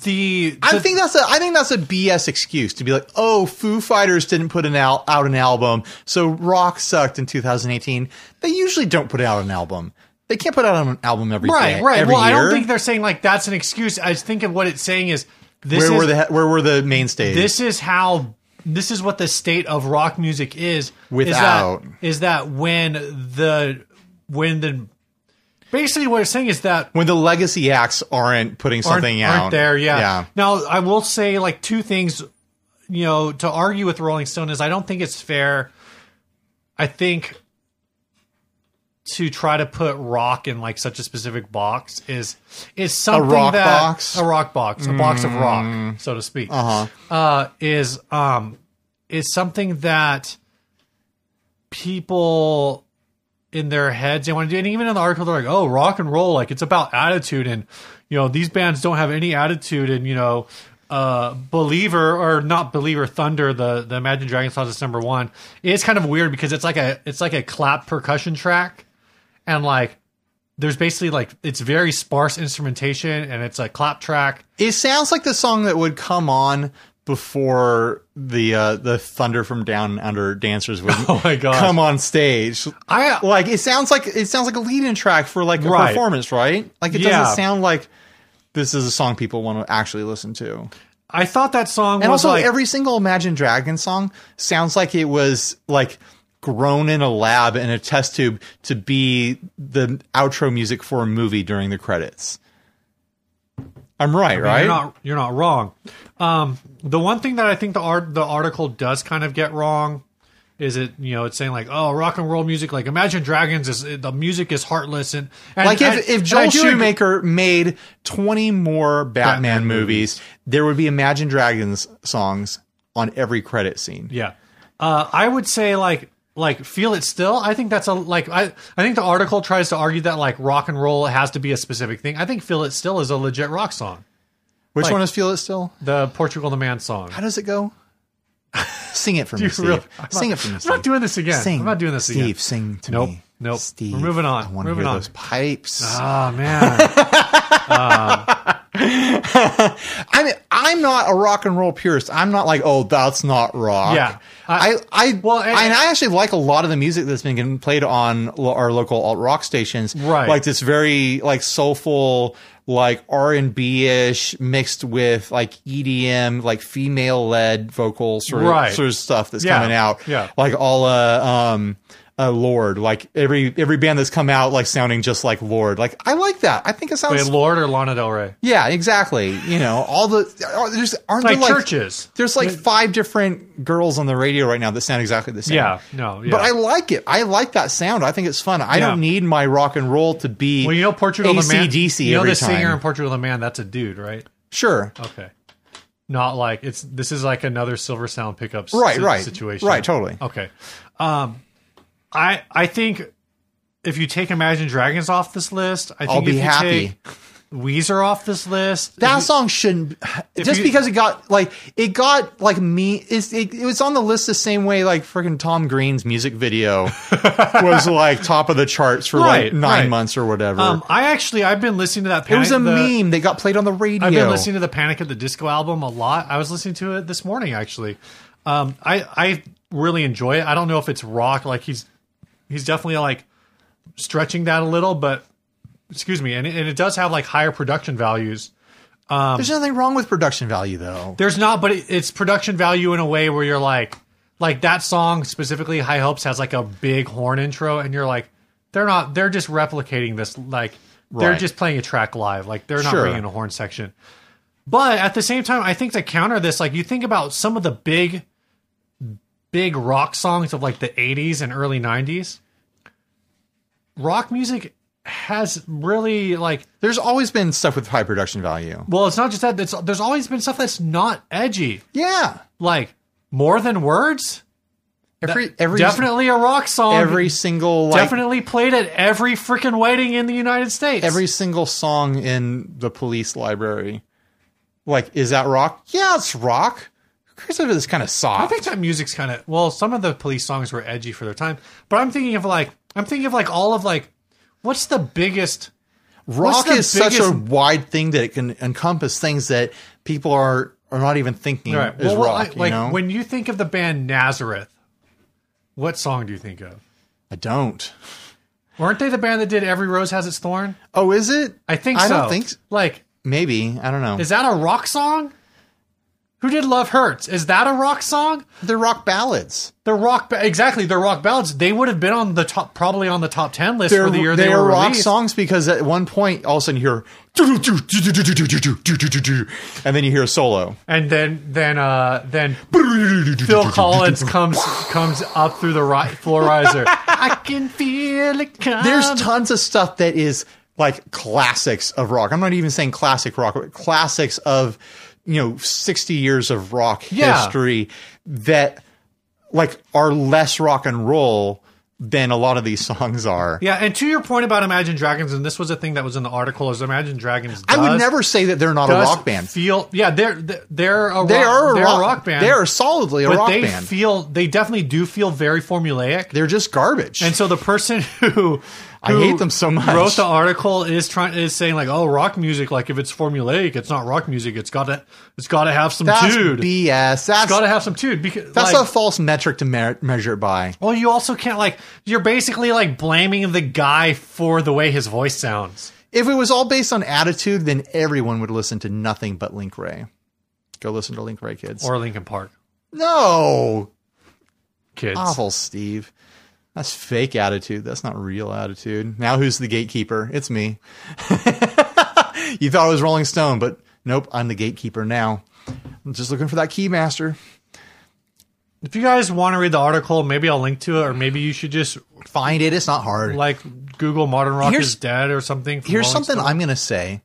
S2: the,
S1: I
S2: the-
S1: think that's a I think that's a BS excuse to be like, oh, Foo Fighters didn't put an al- out an album, so rock sucked in 2018. They usually don't put out an album. They can't put out an album every
S2: right,
S1: day-
S2: right.
S1: every
S2: Well, I
S1: year.
S2: don't think they're saying like that's an excuse. I think of what it's saying is this
S1: where
S2: is
S1: were the where were the mainstays?
S2: this is how this is what the state of rock music is
S1: Without.
S2: is that, is that when the when the basically what it's saying is that
S1: when the legacy acts aren't putting
S2: aren't,
S1: something out.
S2: aren't there yeah.
S1: yeah.
S2: now i will say like two things you know to argue with rolling stone is i don't think it's fair i think to try to put rock in like such a specific box is is something
S1: rock
S2: that
S1: box? Mm.
S2: a rock box a box of rock so to speak uh-huh. is um is something that people in their heads they want to do and even in the article they're like oh rock and roll like it's about attitude and you know these bands don't have any attitude and you know uh believer or not believer thunder the the imagine dragons song is number one it's kind of weird because it's like a it's like a clap percussion track and like there's basically like it's very sparse instrumentation and it's a clap track
S1: It sounds like the song that would come on before the uh, the thunder from down under dancers would
S2: Oh my gosh.
S1: come on stage.
S2: i
S1: Like it sounds like it sounds like a lead-in track for like a
S2: Right.
S1: performance, right? Like it
S2: Yeah.
S1: doesn't sound like this is a song people want to actually listen to.
S2: i thought that song
S1: And
S2: was
S1: also,
S2: like
S1: every single Imagine Dragon song sounds like it was like grown in a lab in a test tube to be the outro music for a movie during the credits. I'm right, right?
S2: You're not you're not wrong. Um, the one thing that I think the art the article does kind of get wrong is it you know it's saying like oh rock and roll music like Imagine Dragons is the music is heartless and, and
S1: like
S2: I-
S1: if, if
S2: and I
S1: Joel
S2: do agree-
S1: Shoemaker made 20 more Batman,
S2: Batman
S1: movies, there would be Imagine Dragons songs on every credit scene.
S2: yeah uh, I would say like like feel it still I think that's a like I I think the article tries to argue that like rock and roll has to be a specific thing I think feel it still is a legit rock song
S1: Which
S2: Like-
S1: one is Feel It Still?
S2: the Portugal the Man song
S1: How does it go? Sing it for me,
S2: you
S1: Steve.
S2: really- I'm
S1: sing
S2: not-
S1: it for me,
S2: I'm not doing this again
S1: Sing.
S2: I'm not doing this
S1: Steve,
S2: again
S1: sing to
S2: Nope.
S1: me.
S2: Nope. We're
S1: Steve,
S2: moving on.
S1: I want to
S2: Moving
S1: hear
S2: on.
S1: those pipes.
S2: Ah man.
S1: I mean, I'm not a rock and roll purist. I'm not like, oh, that's not rock.
S2: Yeah.
S1: I, I,
S2: well,
S1: well,
S2: and-
S1: and, I actually like a lot of the music that's been getting played on lo- our local alt rock stations.
S2: Right.
S1: Like this very like soulful, like R and B ish mixed with like EDM, like female led vocal sort of,
S2: Right.
S1: sort of stuff that's
S2: Yeah.
S1: coming out.
S2: Yeah.
S1: Like all, uh, um, uh, Lord, like every every band that's come out, like sounding just like Lord. Like I like that. I think it sounds
S2: Wait, Lord or Lana Del Rey?
S1: Yeah, exactly. You know, all the oh, there's aren't
S2: Like,
S1: there like
S2: churches.
S1: There's like five different girls on the radio right now that sound exactly the same.
S2: Yeah, no, yeah.
S1: But I like it. I like that sound. I think it's fun. I
S2: Yeah.
S1: don't need my rock and roll to be
S2: well, you know Portugal
S1: ACDC
S2: the Man. You know
S1: every
S2: the
S1: time.
S2: singer Oh, in Portugal the Man. That's a dude, right?
S1: Sure.
S2: Okay, not like it's. This is like another Silver Sound pickups.
S1: Right,
S2: si-
S1: right.
S2: Situation. Oh,
S1: Right, totally.
S2: Okay, um, I I think if you take Imagine Dragons off this list, I think
S1: I'll
S2: if
S1: be
S2: you
S1: happy.
S2: take Weezer off this list, if
S1: that
S2: you-
S1: song shouldn't just
S2: you-
S1: because it got like it got like me it's, it, it was on the list the same way like freaking tom green's music video was like top of the charts for
S2: Right,
S1: like nine
S2: right.
S1: months or whatever
S2: um, I actually I've been listening to that.
S1: it
S2: Panic,
S1: was a
S2: the-
S1: meme that got played on the radio
S2: I've been listening to the Panic at the Disco album a lot. I was listening to it this morning actually. Um, I I really enjoy it. I don't know if it's rock. Like he's he's definitely like stretching that a little, but excuse me, and it, and it does have like higher production values.
S1: There's nothing wrong with production value, though.
S2: There's not, but it, it's production value in a way where you're like like that song specifically. High Hopes has like a big horn intro, and you're like they're not. They're just replicating this like. They're
S1: Right.
S2: just playing a track live. Like they're not
S1: Sure.
S2: bringing a horn section. But at the same time, I think to counter this, like you think about some of the big big rock songs of like the 80s and early 90s, rock music has really like
S1: There's always been stuff with high production value.
S2: well it's not just that it's, there's always been stuff that's not edgy
S1: Yeah.
S2: like more than words
S1: Every every
S2: definitely a rock song
S1: every single like,
S2: definitely played at every freaking wedding in the united states
S1: every single song in the police library. Like, is that rock? Yeah, it's rock. Who cares if it's kind of
S2: I
S1: soft?
S2: think that music's kind of well. Some of the police songs were edgy for their time, but I'm thinking of like I'm thinking of like all of like what's the biggest
S1: rock
S2: the
S1: is such a
S2: biggest-
S1: wide thing that it can encompass things that people are are not even thinking
S2: all right,
S1: is
S2: well, well,
S1: rock.
S2: I-
S1: you
S2: like
S1: know,
S2: when you think of the band Nazareth, what song do you think of?
S1: I don't.
S2: Weren't they the band that did "Every Rose Has Its Thorn"?
S1: Oh, is it?
S2: I think
S1: I
S2: so.
S1: don't think s-
S2: like
S1: Maybe I don't know.
S2: is that a rock song? Who did "Love Hurts"? Is that a rock song?
S1: They're rock ballads.
S2: The rock ba- exactly. The rock ballads. They would have been on the top, probably on the top ten list
S1: They're,
S2: for the year they
S1: they're
S2: were
S1: rock
S2: released.
S1: songs because at one point, all of a sudden, you hear, and then you hear a solo.
S2: And then then uh then Phil Collins comes comes up through the ri- floor riser. I can feel it coming.
S1: There's tons of stuff that is like classics of rock. I'm not even saying classic rock, but classics of, you know, 60 years of rock
S2: Yeah.
S1: history that like are less rock and roll than a lot of these songs are.
S2: yeah, and to your point about Imagine Dragons, and this was a thing that was in the article, is Imagine Dragons.
S1: I would
S2: does-
S1: never say that they're not a
S2: does
S1: rock band.
S2: Feel yeah, they're they're- they're a rock,
S1: They are a,
S2: they're
S1: rock,
S2: a rock band.
S1: They are solidly a
S2: but
S1: rock
S2: they
S1: band.
S2: feel they definitely do feel very formulaic.
S1: they're just garbage.
S2: And so the person who,
S1: I
S2: who
S1: hate them so much.
S2: wrote the article is trying is saying like, oh, rock music, like if it's formulaic, it's not rock music. It's got to it's got to have some
S1: that's
S2: dude.
S1: BS. That's
S2: got to have some dude because
S1: that's
S2: like,
S1: a false metric to mer- measure it by.
S2: well, you also can't like you're basically like blaming the guy for the way his voice sounds.
S1: If it was all based on attitude, then everyone would listen to nothing but Link Ray. Go listen to Link Ray, kids.
S2: Or Lincoln Park
S1: no,
S2: kids.
S1: awful, Steve. That's fake attitude. That's not real attitude. Now who's the gatekeeper? It's me. you thought it was Rolling Stone, but nope, I'm the gatekeeper now. I'm just looking for that keymaster.
S2: If you guys want to read the article, maybe I'll link to it, or maybe you should just
S1: Find it. It's not hard.
S2: like Google "Modern Rock
S1: Here's-
S2: is Dead" or something. from
S1: Here's
S2: Rolling
S1: something
S2: Stone.
S1: I'm going to say.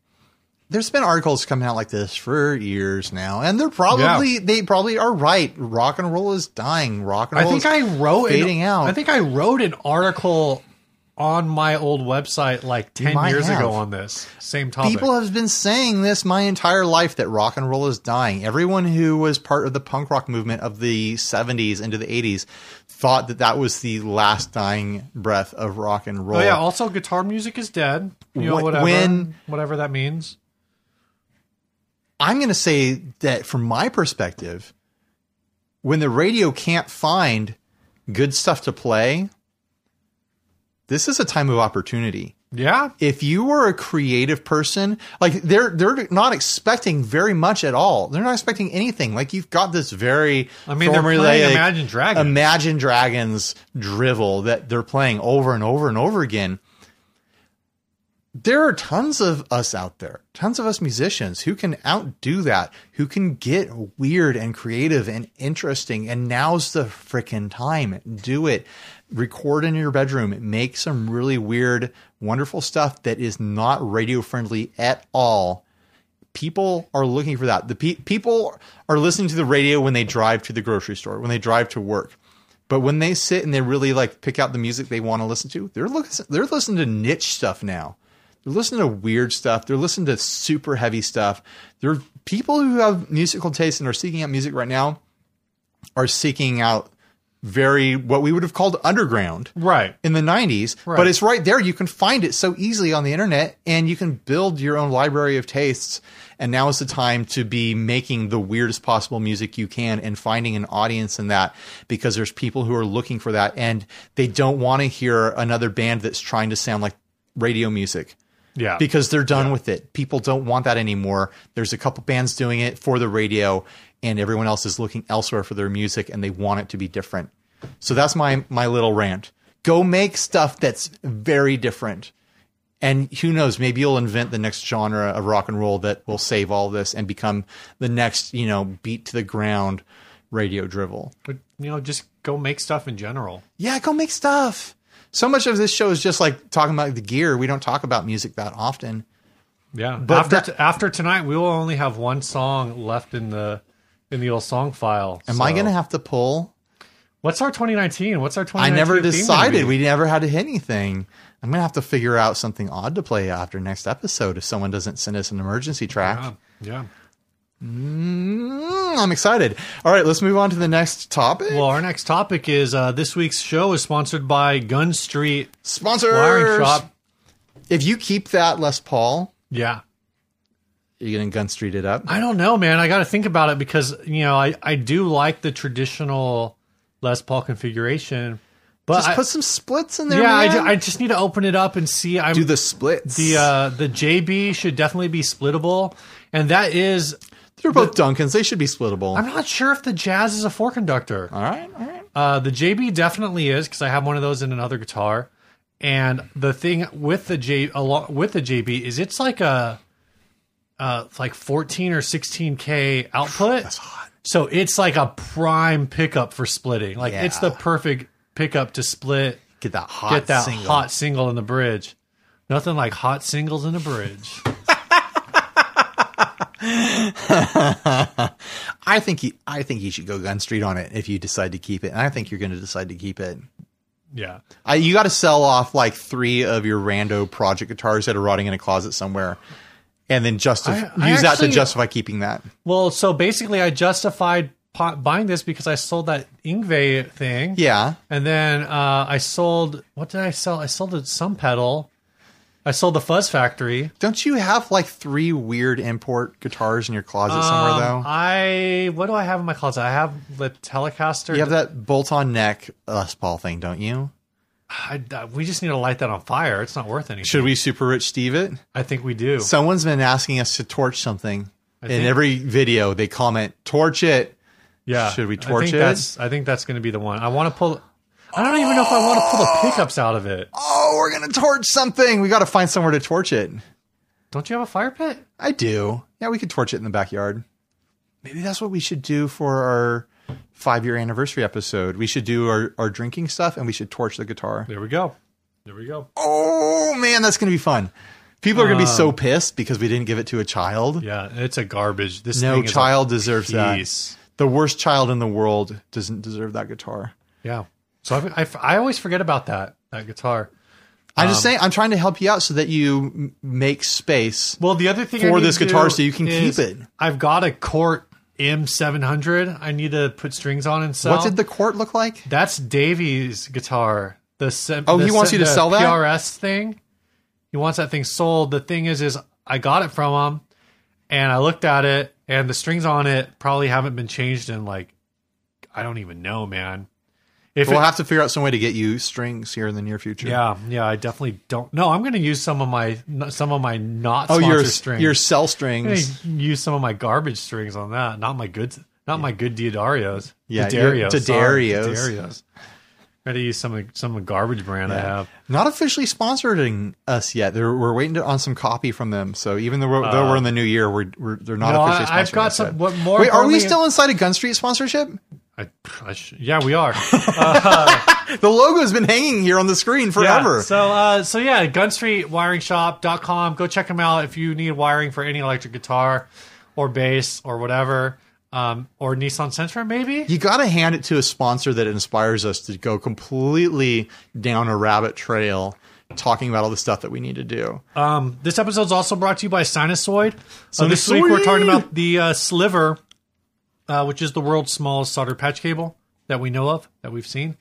S1: There's been articles coming out like this for years now, and they're probably they probably are right. Rock and roll is dying. Rock and
S2: I
S1: roll.
S2: think
S1: is
S2: I wrote
S1: fading
S2: an,
S1: out.
S2: I think I wrote an article on my old website like ten
S1: might
S2: years
S1: have.
S2: ago on this same topic.
S1: people have been saying this my entire life that rock and roll is dying. Everyone who was part of the punk rock movement of the 70s into the 80s thought that that was the last dying breath of rock and roll.
S2: oh yeah. Also, guitar music is dead. You know,
S1: Wh-
S2: whatever,
S1: when-
S2: whatever that means.
S1: I'm going to say that from my perspective, when the radio can't find good stuff to play, this is a time of opportunity.
S2: Yeah.
S1: If you are a creative person, like they're they're not expecting very much at all. They're not expecting anything. Like you've got this very
S2: I mean, they're
S1: formulaic
S2: playing Imagine Dragons.
S1: Imagine Dragons drivel that they're playing over and over and over again. There are tons of us out there, tons of us musicians who can outdo that, who can get weird and creative and interesting. And now's the frickin' time. Do it. Record in your bedroom. Make some really weird, wonderful stuff that is not radio friendly at all people are looking for that. The pe- people are listening to the radio when they drive to the grocery store, when they drive to work. But when they sit and they really like pick out the music they want to listen to, they're looking they're listening to niche stuff now. They're listening to weird stuff. They're listening to super heavy stuff. They're people who have musical taste and are seeking out music right now are seeking out very what we would have called underground
S2: Right.
S1: in the 90s, but
S2: Right.
S1: it's right there. You can find it so easily on the internet and you can build your own library of tastes. And now is the time to be making the weirdest possible music you can and finding an audience in that because there's people who are looking for that and they don't want to hear another band that's trying to sound like radio music
S2: Yeah.
S1: because they're done with it. People don't want that anymore. There's a couple bands doing it for the radio, and everyone else is looking elsewhere for their music, and they want it to be different. So that's my my little rant. Go make stuff that's very different, and who knows? Maybe you'll invent the next genre of rock and roll that will save all this and become the next you know beat to the ground radio drivel.
S2: you know, just go make stuff in general.
S1: Yeah, go make stuff. So much of this show is just like talking about the gear. We don't talk about music that often.
S2: Yeah.
S1: But
S2: after
S1: that-
S2: t- after tonight, we will only have one song left in the in the old song file.
S1: Am I
S2: So-
S1: going to have to pull?
S2: What's our 2019? What's our 2019?
S1: I never
S2: theme gonna
S1: decided.
S2: be?
S1: We never had to hit anything. I'm going to have to figure out something odd to play after next episode if someone doesn't send us an emergency track.
S2: Yeah, yeah.
S1: Mm, I'm excited. All right, let's move on to the next topic.
S2: Well, our next topic is uh, this week's show is sponsored by Gun Street Wiring
S1: Sponsors.
S2: Shop.
S1: If you keep that Les Paul,
S2: Yeah.
S1: you're going to gun street it up.
S2: I don't know, man. I got to think about it because, you know, I, I do like the traditional Les Paul configuration, but
S1: Just
S2: I-
S1: put some splits in there.
S2: yeah, I,
S1: man.
S2: ju- I just need to open it up and see. I'm,
S1: do the splits.
S2: the uh, the JB should definitely be splittable, and that is.
S1: They're both Duncans. They should be splittable.
S2: I'm not sure if the Jazz is a four conductor.
S1: all right, all right.
S2: Uh, the JB definitely is because I have one of those in another guitar. And the thing with the J along with the JB is it's like a uh like 14 or 16k output. That's hot. So it's like a prime pickup for splitting. Like it's
S1: Yeah.
S2: the perfect pickup to split
S1: Get that hot.
S2: get that
S1: single.
S2: hot single in the bridge. Nothing like hot singles in a bridge.
S1: I think you, I think you should go gun street on it if you decide to keep it. And I think you're going to decide to keep it.
S2: Yeah.
S1: I, you got to sell off like three of your rando project guitars that are rotting in a closet somewhere, and then justify
S2: I
S1: use that to
S2: actually-
S1: justify keeping that.
S2: Well, so basically I justified po- buying this because I sold that Ingve thing.
S1: Yeah,
S2: And then uh, I sold. What did I sell? I sold a some pedal. I sold the Fuzz Factory.
S1: don't you have like three weird import guitars in your closet
S2: Um,
S1: somewhere though?
S2: I what do I have in my closet? I have the Telecaster.
S1: you have that bolt-on neck Les Paul thing, don't you?
S2: I, I- we just need to light that on fire. It's not worth anything.
S1: Should we super rich Steve it?
S2: I think we do.
S1: Someone's been asking us to torch something. In
S2: think-
S1: every video, they comment, "Torch it."
S2: yeah.
S1: should we
S2: I
S1: torch
S2: think
S1: it?
S2: That's, I think that's going to be the one. I want to pull. I don't even know if I want to pull the pickups out of it.
S1: Oh, we're gonna torch something. We got to find somewhere to torch it.
S2: Don't you have a fire pit?
S1: I do. Yeah, we could torch it in the backyard. Maybe that's what we should do for our five-year anniversary episode. We should do our, our drinking stuff, and we should torch the guitar.
S2: There we go. There we go.
S1: Oh man, that's gonna be fun. People are gonna be so pissed because we didn't give it to a child.
S2: Um, Yeah, it's a garbage. This
S1: no
S2: thing
S1: child
S2: is
S1: deserves
S2: a
S1: that.
S2: piece.
S1: The worst child in the world doesn't deserve that guitar.
S2: Yeah. So I, I, I always forget about that that guitar.
S1: I'm
S2: Um,
S1: just saying, I'm trying to help you out so that you m- make space.
S2: Well, the other thing I
S1: for
S2: need
S1: this
S2: to
S1: guitar
S2: do
S1: so you can
S2: is
S1: keep it.
S2: I've got a Court M700. I need to put strings on and sell.
S1: What did the court look like?
S2: That's Davies' guitar. The sem-
S1: Oh,
S2: the
S1: he wants
S2: sem-
S1: you to
S2: the
S1: sell that?
S2: PRS thing. He wants that thing sold. The thing is, is I got it from him, and I looked at it, and the strings on it probably haven't been changed in like I don't even know, man. If
S1: We'll
S2: it-
S1: have to figure out some way to get you strings here in the near future.
S2: Yeah, yeah, I definitely don't. No, I'm going to use some of my some of my not
S1: Oh,
S2: sponsor
S1: your
S2: strings.
S1: your cell
S2: I'm going
S1: strings.
S2: to use some of my garbage strings on that. Not my good, not my good Diodarios.
S1: Yeah, your-
S2: Didarios. sorry,
S1: Didarios.
S2: Didarios. Got to use some of some of garbage brand I have.
S1: Not officially sponsoring us yet. They're, we're waiting to, on some copy from them. So even though we're, though we're in the new year, we're, we're they're not
S2: Uh, No,
S1: officially sponsoring
S2: I- I've got
S1: us
S2: some-
S1: yet.
S2: what more
S1: Wait, are we
S2: importantly-
S1: still inside a Gun Street sponsorship?
S2: I, I sh- yeah, we are.
S1: The logo has been hanging here on the screen
S2: Yeah,
S1: forever.
S2: So, uh, so yeah, gunstreetwiringshop.com. Go check them out if you need wiring for any electric guitar or bass or whatever, um, or Nissan Sentra maybe.
S1: you got to hand it to a sponsor that inspires us to go completely down a rabbit trail talking about all the stuff that we need to do.
S2: Um, this episode is also brought to you by Sinusoid. So this week we're talking
S1: Sinusoid!
S2: about the uh, sliver, uh, which is the world's smallest solder patch cable that we know of that we've seen.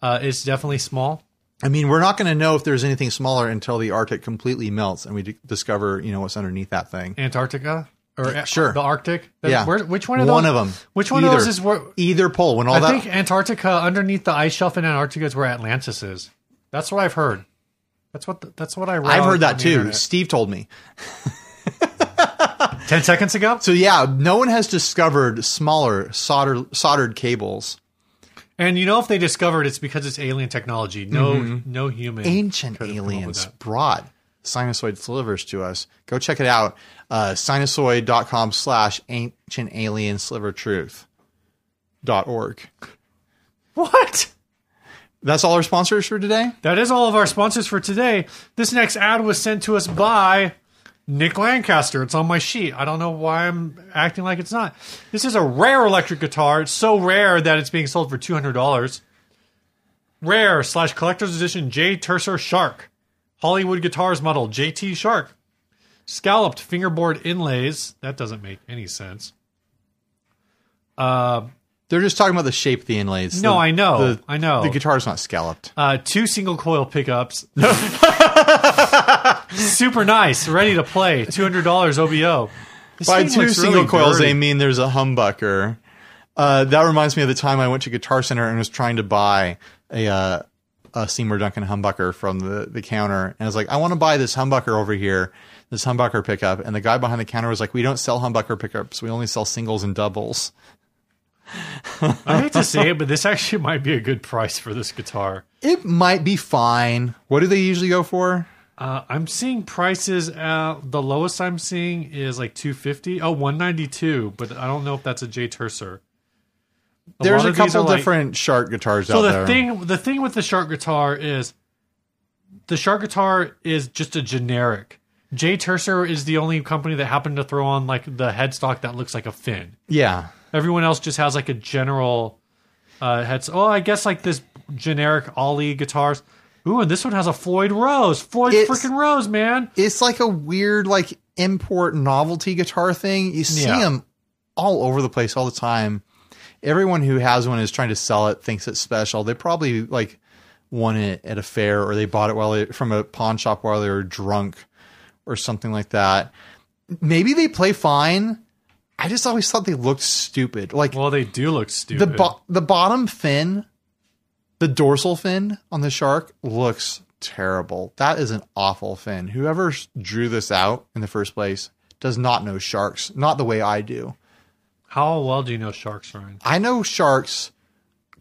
S2: Uh, it's definitely small.
S1: I mean, we're not going to know if there's anything smaller until the Arctic completely melts and we d- discover, you know, what's underneath that thing.
S2: Antarctica or a-
S1: Sure.
S2: the Arctic. That-
S1: Yeah.
S2: where- which one of those?
S1: One of 'em.
S2: Which one of
S1: Either.
S2: those is where?
S1: Either pole, when all
S2: I
S1: that
S2: think Antarctica underneath the ice shelf in Antarctica is where Atlantis is. That's what I've heard. That's what the, that's what I read.
S1: I've heard
S2: on
S1: that
S2: the
S1: too.
S2: internet.
S1: Steve told me.
S2: Ten seconds ago.
S1: So yeah, no one has discovered smaller solder, soldered cables.
S2: And you know if they discovered it's because it's alien technology. No
S1: Mm-hmm.
S2: no human.
S1: Ancient
S2: could have come up with
S1: aliens
S2: that.
S1: brought sinusoid slivers to us. Go check it out. Uh, sinusoid.com slash ancient alien sliver truth dot org.
S2: What?
S1: That's all our sponsors for today.
S2: That is all of our sponsors for today. This next ad was sent to us by Nick Lancaster. It's on my sheet. I don't know why I'm acting like it's not. This is a rare electric guitar. It's so rare that it's being sold for two hundred dollars. Rare slash collector's edition J Terser Shark. Hollywood Guitars model JT Shark. Scalloped fingerboard inlays. That doesn't make any sense. Uh,
S1: They're just talking about the shape of the inlays.
S2: no,
S1: The-
S2: I know.
S1: The,
S2: I know.
S1: the guitar's not scalloped.
S2: uh, two single coil pickups. Super nice, ready to play. Two hundred dollars OBO. This
S1: By
S2: thing
S1: two
S2: looks
S1: single
S2: really
S1: coils,
S2: dirty.
S1: they mean there's a humbucker. Uh, that reminds me of the time I went to Guitar Center and was trying to buy a uh, a Seymour Duncan humbucker from the, the counter, and I was like, I want to buy this humbucker over here, this humbucker pickup, and the guy behind the counter was like, We don't sell humbucker pickups, we only sell singles and doubles.
S2: I hate to say it, but this actually might be a good price for this guitar.
S1: It might be fine. What do they usually go for?
S2: Uh, I'm seeing prices. Uh, the lowest I'm seeing is like 250. Oh, 192. But I don't know if that's a J Terser. A
S1: There's
S2: lot
S1: a
S2: of these
S1: couple
S2: are, like-
S1: different shark guitars out
S2: So the
S1: there.
S2: thing, the thing with the shark guitar is, the shark guitar is just a generic. J Terser is the only company that happened to throw on like the headstock that looks like a fin.
S1: yeah.
S2: Everyone else just has like a general uh, heads. Oh, I guess like this generic Ollie guitars. Ooh, and this one has a Floyd Rose. Floyd
S1: It's-
S2: freaking Rose, man.
S1: it's like a weird like import novelty guitar thing. You see
S2: Yeah.
S1: them all over the place all the time. Everyone who has one is trying to sell it, thinks it's special. They probably like won it at a fair or they bought it while they, from a pawn shop while they were drunk or something like that. Maybe they play fine. I just always thought they looked stupid. Like
S2: Well, they do look
S1: the
S2: stupid.
S1: bo- the bottom fin, the dorsal fin on the shark looks terrible. That is an awful fin. Whoever s- drew this out in the first place does not know sharks, not the way I do.
S2: How well do you know sharks, Ryan?
S1: I know sharks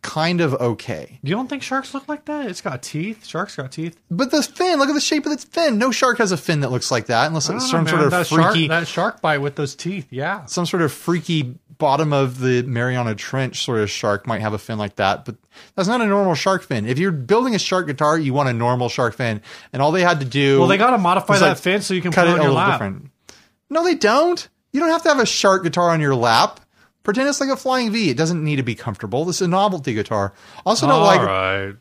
S1: kind of okay.
S2: You don't think sharks look like that? It's got teeth. Sharks got teeth.
S1: But the fin, look at the shape of the fin. No shark has a fin that looks like that unless
S2: I
S1: it's some
S2: don't know,
S1: sort
S2: man.
S1: of
S2: that
S1: freaky
S2: shark, that shark bite with those teeth. Yeah.
S1: some sort of freaky bottom of the Mariana Trench sort of shark might have a fin like that, but that's not a normal shark fin. If you're building a shark guitar, you want a normal shark fin, and all they had to do
S2: Well, they got to modify
S1: It's
S2: that
S1: like,
S2: fin so you can
S1: cut
S2: put
S1: it a
S2: it on your
S1: little
S2: lap.
S1: different. No, they don't. You don't have to have a shark guitar on your lap. Pretend it's like a flying V. It doesn't need to be comfortable. This is a novelty guitar. Also, don't
S2: All
S1: like.
S2: right.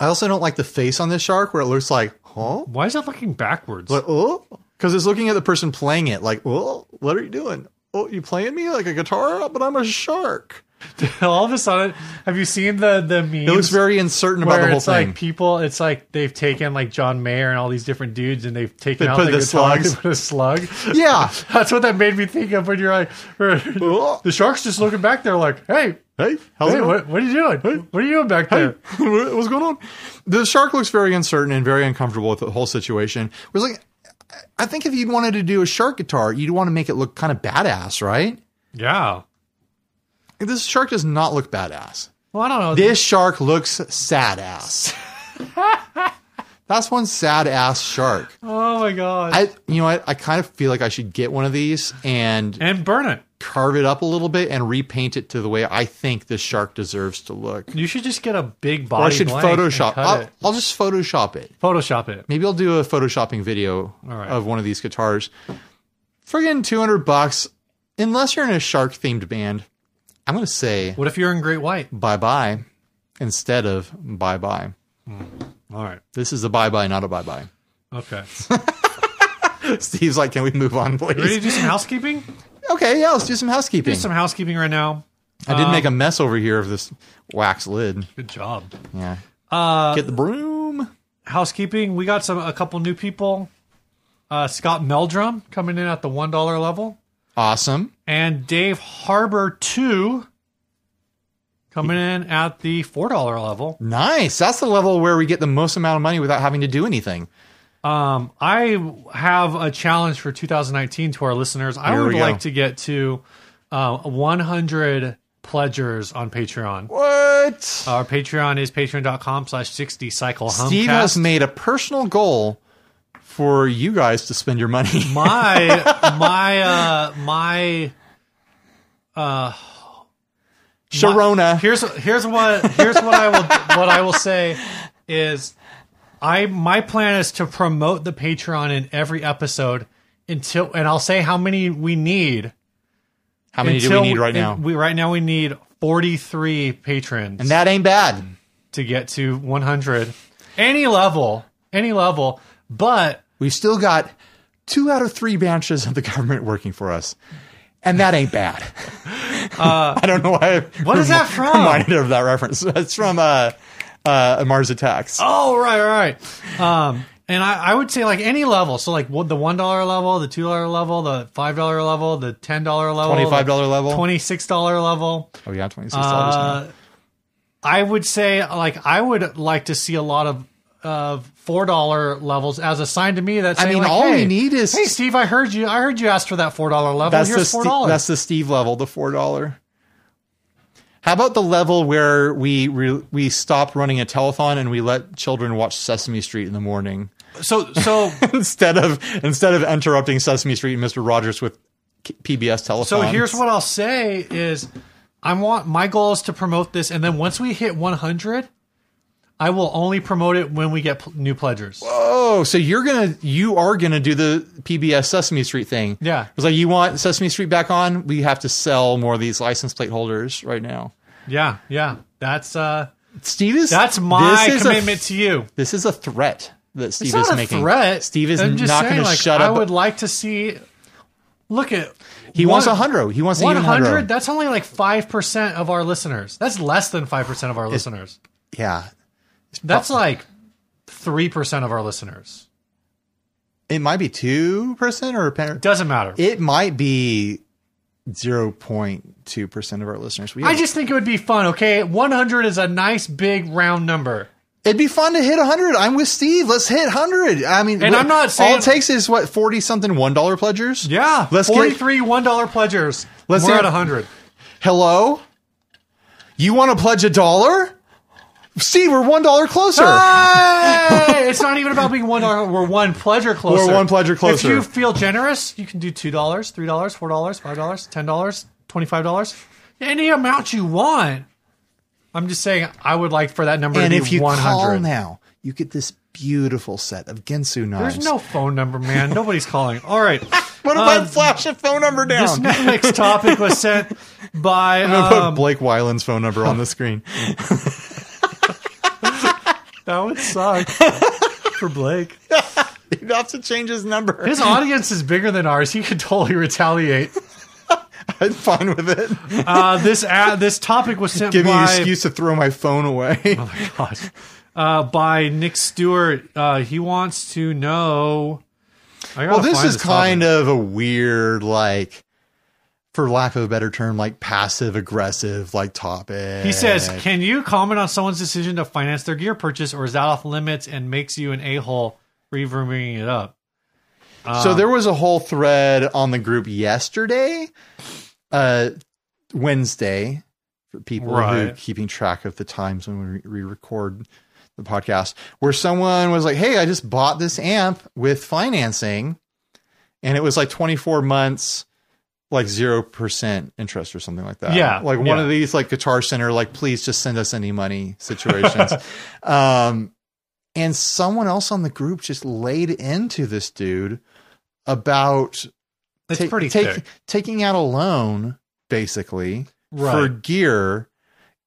S1: I also don't like the face on this shark where it looks like, huh?
S2: Why is it looking backwards?
S1: Like, oh, because it's looking at the person playing it. Like, oh, what are you doing? Oh, you playing me like a guitar? But I'm a shark.
S2: All of a sudden, have you seen the the memes?
S1: It looks very uncertain about
S2: where
S1: the whole
S2: it's
S1: thing.
S2: like people it's like they've taken like john mayer and all these different dudes and they've taken
S1: They
S2: out
S1: put
S2: the,
S1: the
S2: guitar,
S1: slugs.
S2: they put a slug
S1: yeah.
S2: that's what that made me think of when you're like
S1: Oh,
S2: the shark's just looking back there like hey
S1: hey, how's it
S2: hey
S1: going?
S2: what, what are you doing what are you doing back there
S1: What's going on? The shark looks very uncertain and very uncomfortable with the whole situation. It was like, I think if you wanted to do a shark guitar, you'd want to make it look kind of badass, right?
S2: yeah
S1: This shark does not look badass.
S2: well i don't know
S1: This shark looks sad ass. That's one sad ass shark.
S2: oh my god
S1: I, you know, what? I kind of feel like I should get one of these and
S2: and burn it
S1: carve it up a little bit and repaint it to the way I think this shark deserves to look.
S2: you should just get a big
S1: Or
S2: body
S1: I should
S2: blank and
S1: Photoshop.
S2: cut
S1: I'll,
S2: it.
S1: I'll just Photoshop it.
S2: photoshop it
S1: Maybe I'll do a photoshopping video
S2: right.
S1: of one of these guitars. Friggin' 200 bucks. Unless you're in a shark themed band, I'm going to say
S2: what if you're in great white
S1: bye bye instead of bye bye.
S2: all right
S1: This is a bye bye, not a bye bye.
S2: okay
S1: Steve's like, can we move on,
S2: ready to
S1: please?
S2: do some housekeeping
S1: Okay, yeah, let's do some housekeeping.
S2: do some uh, housekeeping right now
S1: I did make a mess over here of this wax lid.
S2: good job
S1: Yeah.
S2: uh
S1: Get the broom.
S2: housekeeping we got some a couple new people uh, scott meldrum coming in at the one dollar level
S1: Awesome.
S2: and dave harbor two coming in at the four dollar level
S1: Nice. That's the level where we get the most amount of money without having to do anything.
S2: um, i have a challenge for 2019 to our listeners i
S1: Here
S2: would
S1: we go.
S2: like to get to uh, 100 pledgers on patreon
S1: What?
S2: our patreon is patreon.com slash 60 cycle
S1: Steve has made a personal goal for you guys to spend your money.
S2: my my uh my uh
S1: Sharona.
S2: here's here's what here's what I will what I will say is I my plan is to promote the Patreon in every episode until and I'll say how many we need.
S1: How many do
S2: until
S1: we need right
S2: and
S1: now?
S2: We right now we need 43 patrons
S1: And that ain't bad.
S2: to get to 100. Any level, any level, but
S1: We've still got two out of three branches of the government working for us. And that ain't bad. I don't know why. I
S2: Uh, What is that
S1: remi-
S2: from?
S1: Reminded of that reference. It's from uh, uh, Mars Attacks.
S2: Oh, right, right. Um, and I, I would say like any level. So like what, the one dollar level, the two dollar level, the five dollar level, the ten dollar level,
S1: $25 level.
S2: twenty six dollar level.
S1: oh yeah, twenty six dollars.
S2: Uh, I would say like I would like to see a lot of of four dollar levels as a sign to me that
S1: I
S2: saying,
S1: mean,
S2: like,
S1: all
S2: hey,
S1: we need is
S2: Hey Steve, I heard you. I heard you asked for that four dollar level.
S1: that's the
S2: Oh, Here's
S1: Ste-
S2: four dollars.
S1: that's the Steve level, the four dollar. How about the level where we re- we stop running a telethon and we let children watch Sesame Street in the morning
S2: so so
S1: instead of instead of interrupting Sesame Street and Mister Rogers with K- PBS telethon?
S2: So here's what I'll say is I want my goal is to promote this and then once we hit 100 I will only promote it when we get pl- new pledgers.
S1: Oh, so you're gonna you are gonna do the PBS Sesame Street thing?
S2: Yeah.
S1: It's like you want Sesame Street back on. We have to sell more of these license plate holders right now.
S2: Yeah, yeah. That's uh
S1: Steve is
S2: that's my
S1: this is a
S2: commitment to you.
S1: This is a threat that Steve
S2: It's not
S1: is
S2: a
S1: making.
S2: threat.
S1: Steve is
S2: I'm
S1: not
S2: just
S1: going
S2: saying,
S1: to
S2: like,
S1: shut
S2: I
S1: up.
S2: would like to see Look at
S1: he wants a
S2: one-
S1: hundred. He wants an even
S2: 100
S1: hundred.
S2: that's only like 5% of our listeners. That's less than 5% of our listeners.
S1: Yeah,
S2: That's like 3% of our listeners.
S1: it might be two percent or a pen-
S2: Doesn't matter.
S1: it might be zero point two percent of our listeners. We
S2: I just think it would be fun, okay? 100 is a nice big round number.
S1: it'd be fun to hit hundred. I'm with Steve. Let's hit hundred. I mean,
S2: And
S1: wh-
S2: I'm not
S1: all
S2: saying-
S1: it takes is what forty something one dollar pledgers.
S2: Yeah.
S1: Let's get-
S2: 43 $1 pledgers.
S1: Let's
S2: We're
S1: hear-
S2: at 100.
S1: Hello, you want to pledge a dollar? Steve, we're one dollar closer.
S2: Ah! Hey! it's not even about being $1. We're one pledger closer.
S1: We're one pledger
S2: If
S1: closer.
S2: you feel generous, you can do $2, $3, $4, $5, $10, $25. Any amount you want. I'm just saying, I would like for that number
S1: and
S2: to
S1: if
S2: be
S1: you call
S2: 100.
S1: now, you get this beautiful set of Gensu knives.
S2: There's no phone number, man. Nobody's calling. All right.
S1: What if I flash a phone number
S2: This
S1: down?
S2: next topic was sent by.
S1: I put
S2: um,
S1: Blake Wyland's phone number on the screen.
S2: That would suck for Blake.
S1: You'd have to change his number.
S2: His audience is bigger than ours. He could totally retaliate.
S1: I'm fine with it.
S2: Uh, this ad, this topic was sent
S1: Give me an
S2: by Oh
S1: excuse to throw my phone away.
S2: Gosh. uh, by Nick Stewart. Uh, he wants to know. I gotta
S1: well, this
S2: find
S1: is
S2: topic.
S1: kind of a weird, like, for lack of a better term, like passive aggressive, like topic.
S2: He says, "Can you comment on someone's decision to finance their gear purchase, or is that off limits and makes you an a hole for even bringing it up?"
S1: So there was a whole thread on the group yesterday, uh, Wednesday, for people who are
S2: Right.
S1: keeping track of the times when we re-record the podcast, where someone was like, "Hey, I just bought this amp with financing, and it was like 24 months." Like zero percent interest or something like that.
S2: Yeah,
S1: like one
S2: yeah.
S1: of these like Guitar Center, like please just send us any money situations. um, and someone else on the group just laid into this dude about
S2: It's
S1: ta-
S2: pretty
S1: take-
S2: thick.
S1: taking out a loan basically for
S2: Right.
S1: gear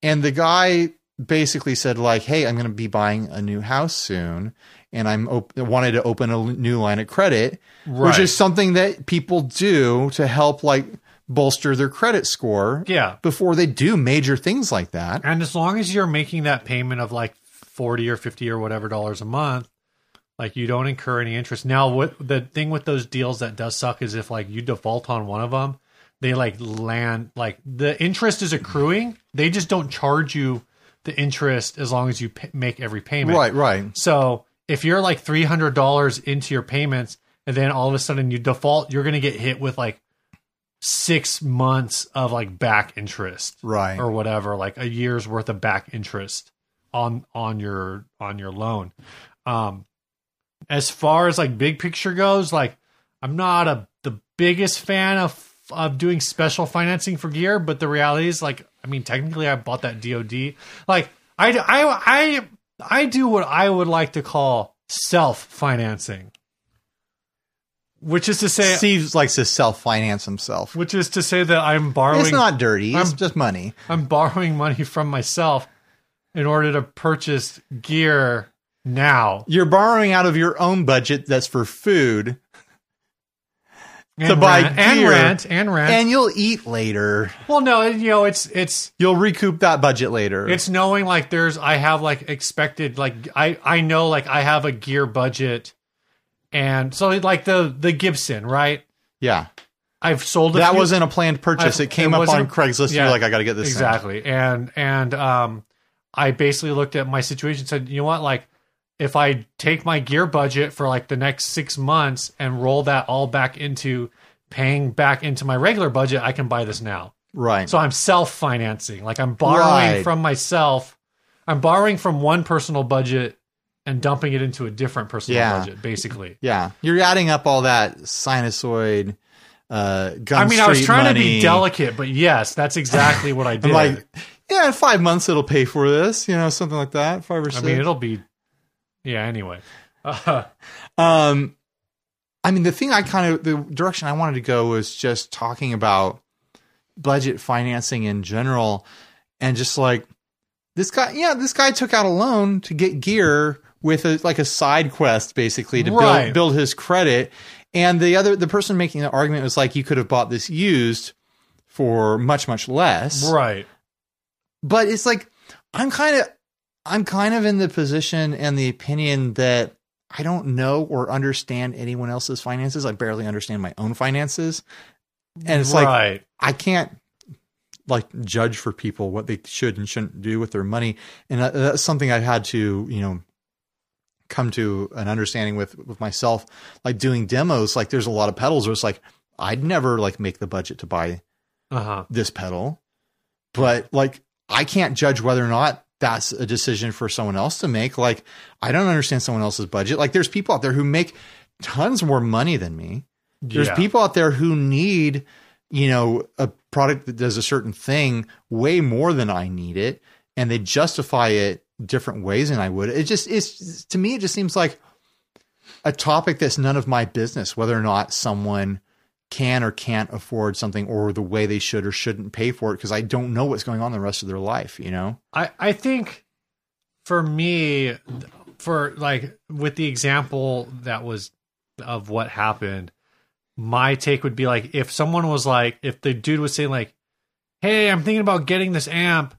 S1: and the guy basically said like hey i'm going to be buying a new house soon and i'm op- wanted to open a l- new line of credit
S2: Right.
S1: which is something that people do to help like bolster their credit score
S2: yeah.
S1: before they do major things like that
S2: And as long as you're making that payment of like 40 or 50 or whatever dollars a month, like you don't incur any interest. Now, what the thing with those deals that does suck is if like you default on one of them, they like land like the interest is accruing. They just don't charge you the interest as long as you p- make every payment.
S1: right right
S2: So if you're like three hundred dollars into your payments, and then all of a sudden you default, you're gonna get hit with like six months of like back interest,
S1: Right.
S2: or whatever, like a year's worth of back interest on on your on your loan. Um, as far as like big picture goes, like I'm not a the biggest fan of of doing special financing for gear, but the reality is like I mean, technically, I bought that DoD. Like, I, I, I, I do what I would like to call self financing, which is to say,
S1: Steve likes to self finance himself.
S2: which is to say that I'm borrowing,
S1: It's not dirty. It's
S2: I'm-
S1: just money.
S2: I'm borrowing money from myself in order to purchase gear now
S1: You're borrowing out of your own budget that's for food,
S2: and
S1: To buy
S2: rent, and
S1: gear.
S2: rent and rent.
S1: and you'll eat later.
S2: well, no, you know, it's it's
S1: You'll recoup that budget later.
S2: It's knowing like there's I have like expected like I I know like I have a gear budget, and so like the the Gibson right.
S1: yeah,
S2: I've sold a
S1: that
S2: few-
S1: wasn't a planned purchase.
S2: I-
S1: it came
S2: it
S1: up on
S2: wasn't a-
S1: Craigslist.
S2: yeah,
S1: You're like, I got to get this. thing.
S2: exactly, and and um, I basically looked at my situation and said, you know what, like if I take my gear budget for like the next six months and roll that all back into paying back into my regular budget, I can buy this now.
S1: Right.
S2: So I'm self financing. Like I'm borrowing
S1: Right.
S2: from myself. I'm borrowing from one personal budget and dumping it into a different personal
S1: Yeah.
S2: budget, basically.
S1: yeah, you're adding up all that sinusoid. Uh, gun
S2: I mean, I was
S1: Street
S2: trying to
S1: money.
S2: be delicate, but yes, that's exactly what I
S1: I'm
S2: did.
S1: like, yeah, in five months it'll pay for this, you know, something like that. Five or
S2: I
S1: six.
S2: mean, it'll be. Yeah. Anyway, uh,
S1: Um, I mean, the thing I kind of the direction I wanted to go was just talking about budget financing in general, and just like this guy, yeah, this guy took out a loan to get gear with a, like a side quest, basically to
S2: Right.
S1: build build his credit. And the other the person making the argument was like, you could have bought this used for much much less,
S2: right.
S1: but it's like I'm kind of I'm kind of in the position and the opinion that I don't know or understand anyone else's finances. I barely understand my own finances. And it's like
S2: right.
S1: I can't like judge for people what they should and shouldn't do with their money. And that- that's something I've had to, you know, come to an understanding with with myself like doing demos like there's a lot of pedals where it's like I'd never like make the budget to buy
S2: uh huh.
S1: this pedal, but like I can't judge whether or not that's a decision for someone else to make. Like I don't understand someone else's budget. Like there's people out there who make tons more money than me. There's
S2: yeah.
S1: people out there who need, you know, a product that does a certain thing way more than I need it, and they justify it different ways than I would. It just it's to me it just seems like a topic that's none of my business whether or not someone can or can't afford something or the way they should or shouldn't pay for it because I don't know what's going on the rest of their life, you know?
S2: I I think for me, for like with the example that was of what happened, my take would be like if someone was like if the dude was saying like, "Hey, I'm thinking about getting this amp.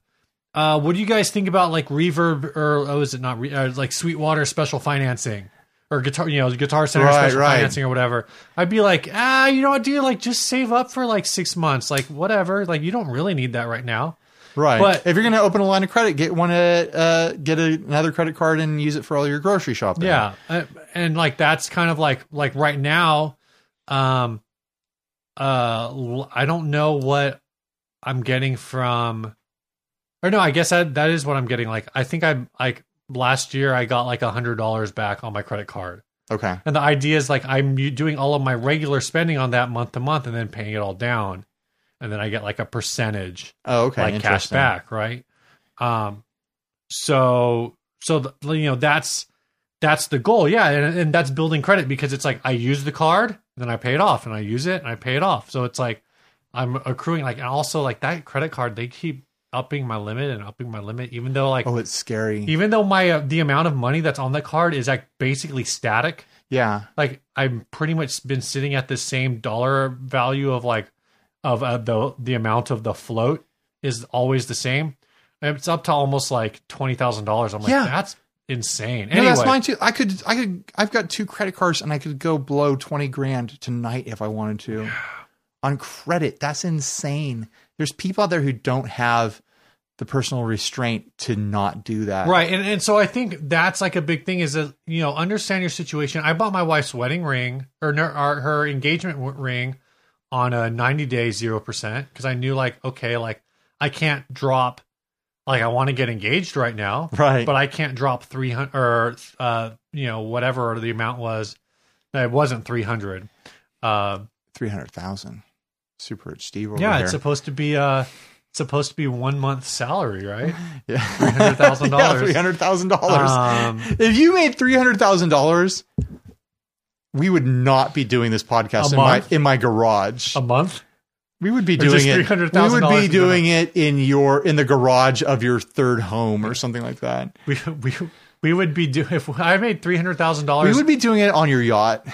S2: Uh, what do you guys think about like reverb or oh, is it not re- uh, like Sweetwater special financing?" Or guitar, you know, guitar center
S1: Right,
S2: special
S1: right.
S2: financing or whatever. I'd be like, ah, you know what, dude? Like, just save up for like six months, like whatever. Like, you don't really need that right now.
S1: Right.
S2: But-
S1: But if you're going to open a line of credit, get one, at, uh, get a, another credit card and use it for all your grocery shopping.
S2: yeah uh, and like that's kind of like like right now um uh l- i don't know what i'm getting from or no i guess that that is what i'm getting like i think i'm like last year i got like a hundred dollars back on my credit card
S1: Okay.
S2: and the idea is like i'm u- doing all of my regular spending on that month to month and then paying it all down and then i get like a percentage
S1: Oh, okay.
S2: like cash
S1: Interesting.
S2: back, right? Um, so so th- you know that's that's the goal, yeah, and, and that's building credit because it's like I use the card, then I pay it off, and I use it, and I pay it off. So it's like I'm accruing like, and also like that credit card, they keep upping my limit and upping my limit, even though like
S1: Oh, it's scary.
S2: even though my uh, the amount of money that's on the card is like basically static.
S1: yeah.
S2: Like I've pretty much been sitting at the same dollar value of like of uh, the the amount of the float is always the same. And It's up to almost like twenty thousand dollars. I'm like,
S1: Yeah.
S2: that's insane.
S1: No,
S2: Anyway,
S1: that's mine too. I could, I could, I've got two credit cards and I could go blow 20 grand tonight if I wanted to on credit. That's insane. There's people out there who don't have the personal restraint to not do that.
S2: right? And and so I think that's like a big thing is that you know understand your situation. I bought my wife's wedding ring or, no- or her engagement w- ring on a ninety day zero percent because I knew like okay, like I can't drop. Like I want to get engaged right now,
S1: Right.
S2: but I can't drop 300 or uh you know whatever the amount was it wasn't 300 uh
S1: three hundred thousand. Super rich Steve over
S2: yeah
S1: there.
S2: it's supposed to be uh supposed to be one month's salary, right?
S1: Yeah,
S2: $300,000.
S1: Three hundred thousand dollars.
S2: Um,
S1: If you made three hundred thousand dollars, we would not be doing this podcast
S2: A
S1: in my
S2: month?
S1: in my garage.
S2: a month?
S1: we would be
S2: or just
S1: doing it. We
S2: $300,000
S1: would
S2: in
S1: be
S2: the
S1: doing it in your in the garage of your third home or something like that.
S2: We we we would be do if I made three hundred thousand
S1: We
S2: dollars.
S1: would be doing it on your yacht.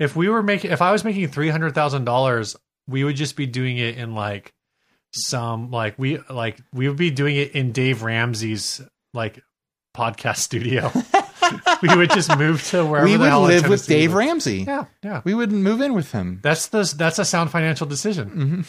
S2: If we were making, if I was making three hundred thousand dollars, we would just be doing it in like some like we like we would be doing it in Dave Ramsey's like podcast studio. we would just move to wherever
S1: We
S2: the
S1: would
S2: hell in
S1: live with
S2: Tennessee
S1: Dave
S2: was.
S1: Ramsey.
S2: Yeah, yeah.
S1: We wouldn't move in with him.
S2: That's the that's a sound financial decision.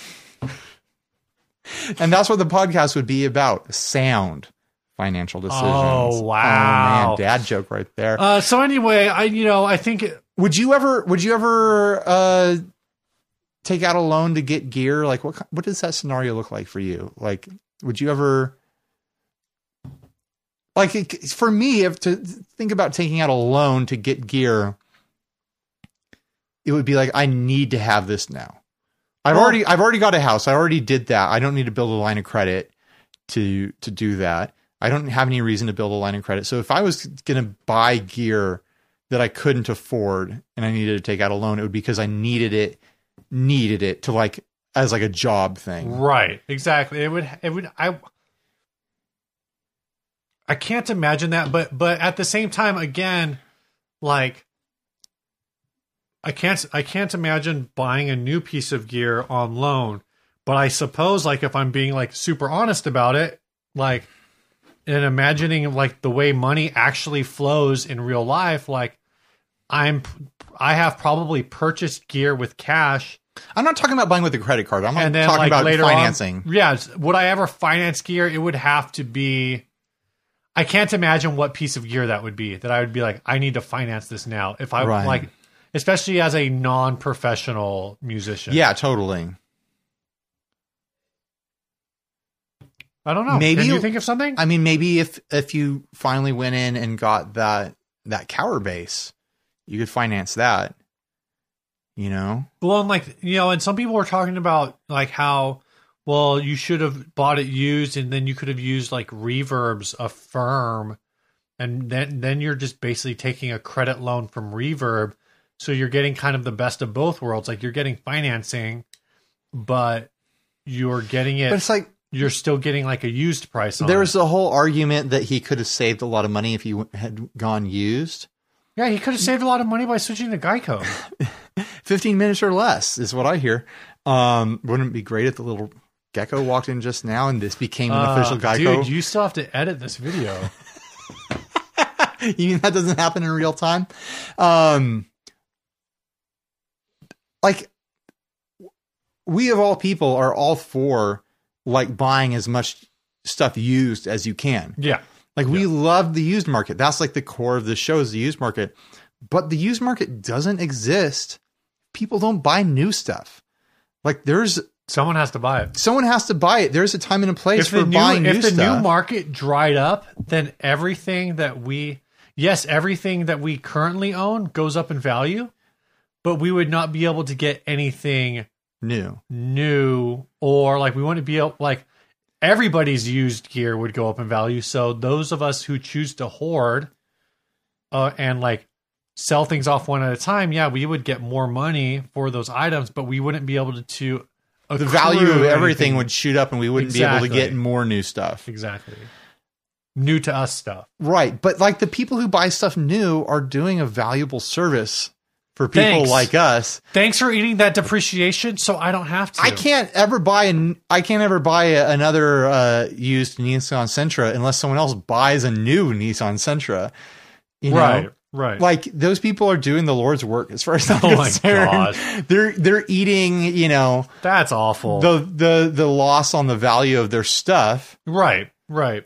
S1: And that's what the podcast would be about sound financial decisions.
S2: Oh, wow.
S1: man, dad joke right there.
S2: Uh, so anyway, I you know I think
S1: would you ever would you ever uh take out a loan to get gear? Like what ki- what does that scenario look like for you? Like would you ever like it- for me if to think about taking out a loan to get gear it would be like I need to have this now. I've
S2: Well-
S1: already I've already got a house. I already did that. I don't need to build a line of credit to to do that. I don't have any reason to build a line of credit. So if I was going to buy gear that I couldn't afford and I needed to take out a loan, it would be because I needed it needed it to like as like a job thing.
S2: Right. Exactly. It would it would I I can't imagine that, but but at the same time again, like I can't I can't imagine buying a new piece of gear on loan, but I suppose like if I'm being like super honest about it, like and imagining like the way money actually flows in real life, like I'm I have probably purchased gear with cash
S1: I'm not talking about buying with a credit card. I'm not
S2: and then
S1: talking
S2: like
S1: about
S2: later
S1: financing.
S2: On, yeah, it's- would I ever finance gear? It would have to be. I can't imagine what piece of gear that would be that I would be like, I need to finance this now. If I
S1: Right.
S2: like, especially as a non-professional musician.
S1: Yeah, totally.
S2: I don't know.
S1: Maybe
S2: Maybe Can you
S1: you-
S2: think of something.
S1: I mean, maybe if if you finally went in and got that that cower base, you could finance that. You know,
S2: Well, and like you know, and some people were talking about like how well you should have bought it used, and then you could have used like Reverb's a firm, and then then you're just basically taking a credit loan from Reverb, so you're getting kind of the best of both worlds. Like you're getting financing, but you're getting
S1: but
S2: it.
S1: it's like
S2: You're still getting like a used price. On
S1: there
S2: it.
S1: was a whole argument that he could have saved a lot of money if he w- had gone used.
S2: yeah, he could have saved a lot of money by switching to Geico.
S1: Fifteen minutes or less is what I hear. Um, wouldn't it be great if the little gecko walked in just now and this became an official
S2: Uh,
S1: Geico?
S2: dude. You still have to edit this video.
S1: you mean that doesn't happen in real time? Um, like we of all people are all for like buying as much stuff used as you can.
S2: yeah,
S1: Like we love the used market. That's like the core of the show is the used market. But the used market doesn't exist. People don't buy new stuff. Like there's
S2: someone has to buy it.
S1: someone has to buy it. There's a time and a place
S2: if
S1: for
S2: the new,
S1: buying new
S2: if the
S1: stuff.
S2: new market dried up, then everything that we yes, everything that we currently own goes up in value, but we would not be able to get anything
S1: new.
S2: new or like we wouldn't be able like everybody's used gear would go up in value. So those of us who choose to hoard uh, and like sell things off one at a time, yeah, we would get more money for those items, but we wouldn't be able to, to
S1: The value of
S2: accrue
S1: everything
S2: anything.
S1: would shoot up and we wouldn't be able to
S2: Exactly.
S1: get more new stuff.
S2: Exactly. New to us stuff.
S1: Right. But like the people who buy stuff new are doing a valuable service for people
S2: Thanks.
S1: like us.
S2: Thanks for eating that depreciation so I don't have to.
S1: I can't ever buy an I can't ever buy a, another uh, used Nissan Sentra unless someone else buys a new Nissan Sentra. You know?
S2: Right. Right.
S1: Like those people are doing the Lord's work as far as I'm
S2: Oh my
S1: concerned.
S2: gosh.
S1: They're they're eating, you know,
S2: That's awful.
S1: the the the loss on the value of their stuff,
S2: right. Right.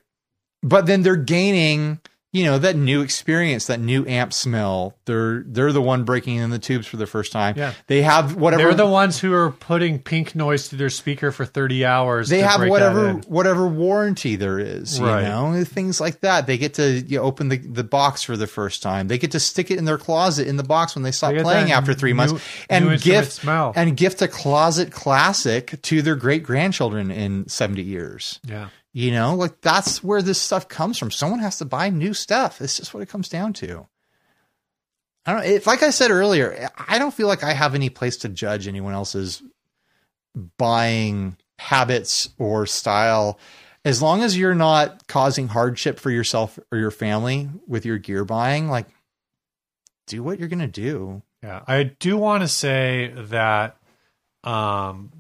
S1: but then they're gaining you know that new experience, that new amp smell. They're they're the one breaking in the tubes for the first time.
S2: Yeah.
S1: they have whatever
S2: They're the ones who are putting pink noise through their speaker for 30 hours.
S1: they
S2: to
S1: have
S2: break that
S1: whatever
S2: in.
S1: whatever warranty there is you
S2: Right.
S1: know things like that they get to you know, open the, the box for the first time they get to stick it in their closet in the box when they stop
S2: They get
S1: playing
S2: that
S1: after three
S2: new-
S1: months and
S2: new instrument
S1: gift
S2: smell.
S1: and gift a closet classic to their great grandchildren in 70 years
S2: Yeah.
S1: you know like that's where this stuff comes from someone has to buy new stuff it's just what it comes down to i don't if like i said earlier i don't feel like i have any place to judge anyone else's buying habits or style as long as you're not causing hardship for yourself or your family with your gear buying like do what you're gonna do
S2: Yeah, I do want to say that um,